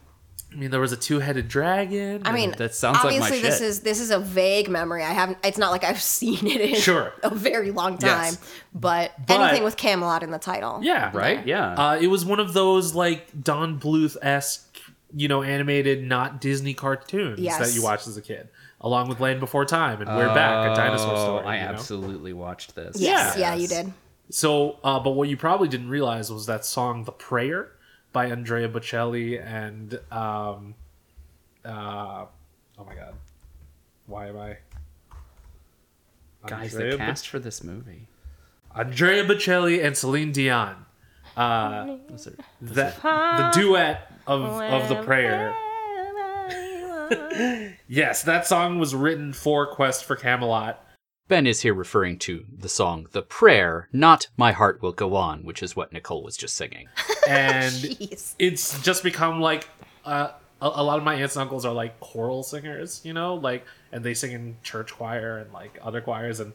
Speaker 1: I mean, there was a two-headed dragon.
Speaker 2: I mean,
Speaker 5: That sounds like my
Speaker 2: obviously this
Speaker 5: shit.
Speaker 2: is this is a vague memory. I haven't. It's not like I've seen it in
Speaker 1: Sure.
Speaker 2: a very long time.
Speaker 1: Yes.
Speaker 2: But,
Speaker 1: But-
Speaker 2: anything with Camelot in the title.
Speaker 1: Yeah,
Speaker 5: Right? Yeah.
Speaker 1: Uh, it was one of those like Don Bluth esque, you know, animated, not Disney cartoons
Speaker 2: Yes.
Speaker 1: that you watched as a kid, along with Land Before Time and We're Back, a dinosaur
Speaker 5: oh,
Speaker 1: story.
Speaker 5: I
Speaker 1: you know?
Speaker 5: absolutely watched this.
Speaker 2: Yes.
Speaker 1: Yeah.
Speaker 2: Yeah, you did.
Speaker 1: So, uh, but what you probably didn't realize was that song "The Prayer" by Andrea Bocelli and, um, uh, oh my god, why am I?
Speaker 5: Guys,
Speaker 1: Andrea
Speaker 5: the cast for this movie.
Speaker 1: Bo- Andrea Bocelli and Celine Dion. Uh,
Speaker 5: Those are-
Speaker 1: that the duet of of the prayer. yes, that song was written for Quest for Camelot.
Speaker 5: Ben is here referring to the song The Prayer, not My Heart Will Go On, which is what Nicole was just singing.
Speaker 1: And
Speaker 2: Jeez.
Speaker 1: it's just become like uh, a, a lot of my aunts and uncles are like choral singers, you know, like and they sing in church choir and like other choirs and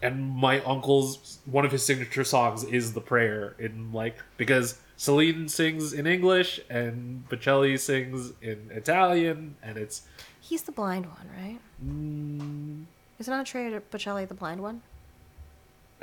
Speaker 1: and my uncle's one of his signature songs is the prayer in like because Celine sings in English and Bocelli sings in Italian and it's
Speaker 2: He's the blind one, right?
Speaker 1: Mm.
Speaker 2: Isn't Andrea Bocelli the blind one?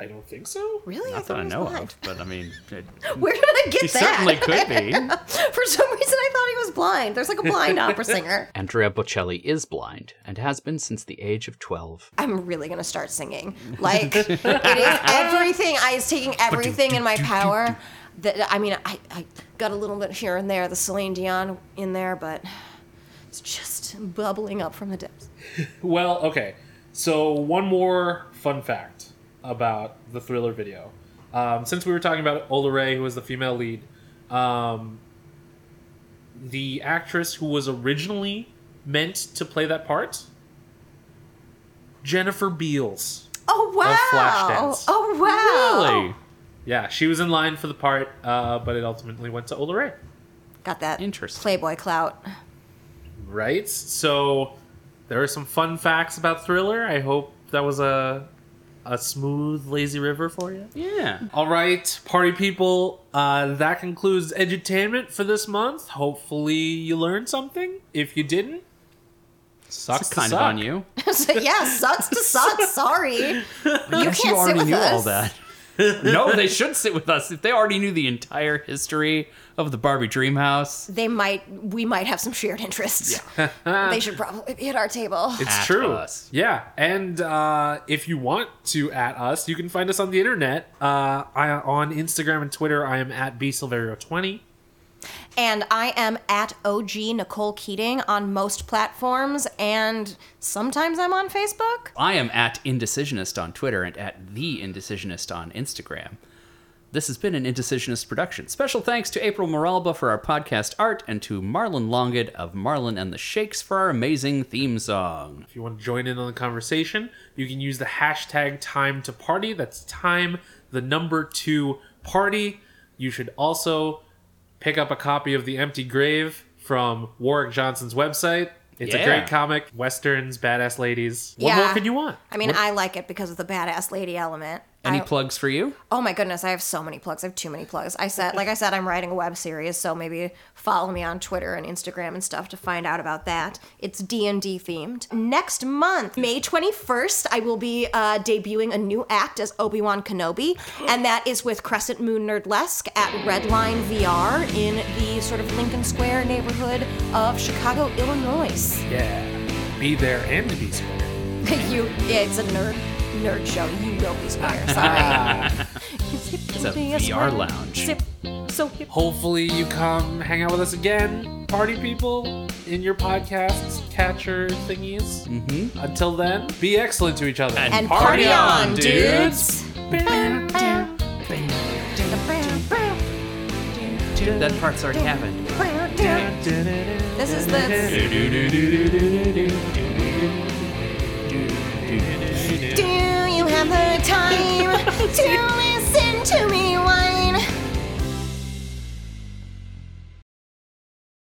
Speaker 1: I don't think so.
Speaker 2: Really?
Speaker 5: Not that I
Speaker 2: he was
Speaker 5: know
Speaker 2: blind.
Speaker 5: of, but I mean, it
Speaker 2: Where did I get
Speaker 5: he
Speaker 2: that?
Speaker 5: certainly could be.
Speaker 2: For some reason, I was blind. There's like a blind opera singer.
Speaker 5: Andrea Bocelli is blind and has been since the age of 12.
Speaker 2: I'm really gonna start singing. Like it is everything. I is taking everything in my power. That I mean, I, I got a little bit here and there, the Celine Dion in there, but it's just bubbling up from the depths.
Speaker 1: Well, okay. So one more fun fact about the Thriller video. Um, since we were talking about Ola Ray, who was the female lead, um, the actress who was originally meant to play that part, Jennifer Beals.
Speaker 2: Oh wow!
Speaker 1: Flashdance.
Speaker 2: Oh wow!
Speaker 3: Really?
Speaker 1: Yeah, she was in line for the part, uh, but it ultimately went to Ola Ray.
Speaker 2: Got that
Speaker 3: Interesting.
Speaker 2: Playboy clout.
Speaker 1: Right? So there are some fun facts about Thriller. I hope that was a a smooth, lazy river for you.
Speaker 3: Yeah.
Speaker 1: All right, party people, uh, that concludes edutainment for this month. Hopefully, you learned something. If you didn't, sucks
Speaker 3: That's
Speaker 1: to
Speaker 3: kind
Speaker 1: suck.
Speaker 3: of on you.
Speaker 2: so, yeah, sucks to suck. Sorry, you can't
Speaker 3: you
Speaker 2: sit
Speaker 3: already
Speaker 2: with
Speaker 3: knew
Speaker 2: us.
Speaker 3: all that. no, they should sit with us. If they already knew the entire history of the Barbie Dream House,
Speaker 2: They might. We might have some shared interests. Yeah. they should probably be at our table.
Speaker 1: It's
Speaker 3: At
Speaker 1: true.
Speaker 3: us.
Speaker 1: Yeah, and uh, if you want to at us, you can find us on the internet. Uh, I, on Instagram and Twitter, I am at bsilverio20.
Speaker 2: And I am at OG Nicole Keating on most platforms, and sometimes I'm on Facebook.
Speaker 3: I am at Indecisionist on Twitter and at The Indecisionist on Instagram. This has been an Indecisionist production. Special thanks to April Moralba for our podcast art and to Marlon Longid of Marlon and the Shakes for our amazing theme song.
Speaker 1: If you want to join in on the conversation, you can use the hashtag time to party. That's time, the number two party. You should also pick up a copy of The Empty Grave from Warwick Johnson's website. It's a
Speaker 3: Yeah.
Speaker 1: great comic. Westerns, badass ladies. What
Speaker 2: Yeah.
Speaker 1: more could you want?
Speaker 2: I mean, I like it because of the badass lady element.
Speaker 3: Any
Speaker 2: I-
Speaker 3: plugs for you?
Speaker 2: oh my goodness, I have so many plugs. I have too many plugs. I said, like I said, I'm writing a web series, so maybe follow me on Twitter and Instagram and stuff to find out about that. It's D and D themed. Next month, May 21st, I will be uh, debuting a new act as Obi Wan Kenobi, and that is with Crescent Moon Nerdlesque at Redline VR in the sort of Lincoln Square neighborhood of Chicago, Illinois.
Speaker 1: Yeah. Be there and be square.
Speaker 2: you, yeah, it's a nerd nerd show. You will be square. Sorry. it's hip to
Speaker 3: a
Speaker 2: be
Speaker 3: VR
Speaker 2: square.
Speaker 3: lounge.
Speaker 2: Zip. So hip.
Speaker 1: Hopefully, you come hang out with us again, party people, in your podcasts, catcher thingies. Mm-hmm. Until then, be excellent to each other.
Speaker 2: And party, on, dudes.
Speaker 3: That part's already happened.
Speaker 2: This is the. Do you have the time to listen to me?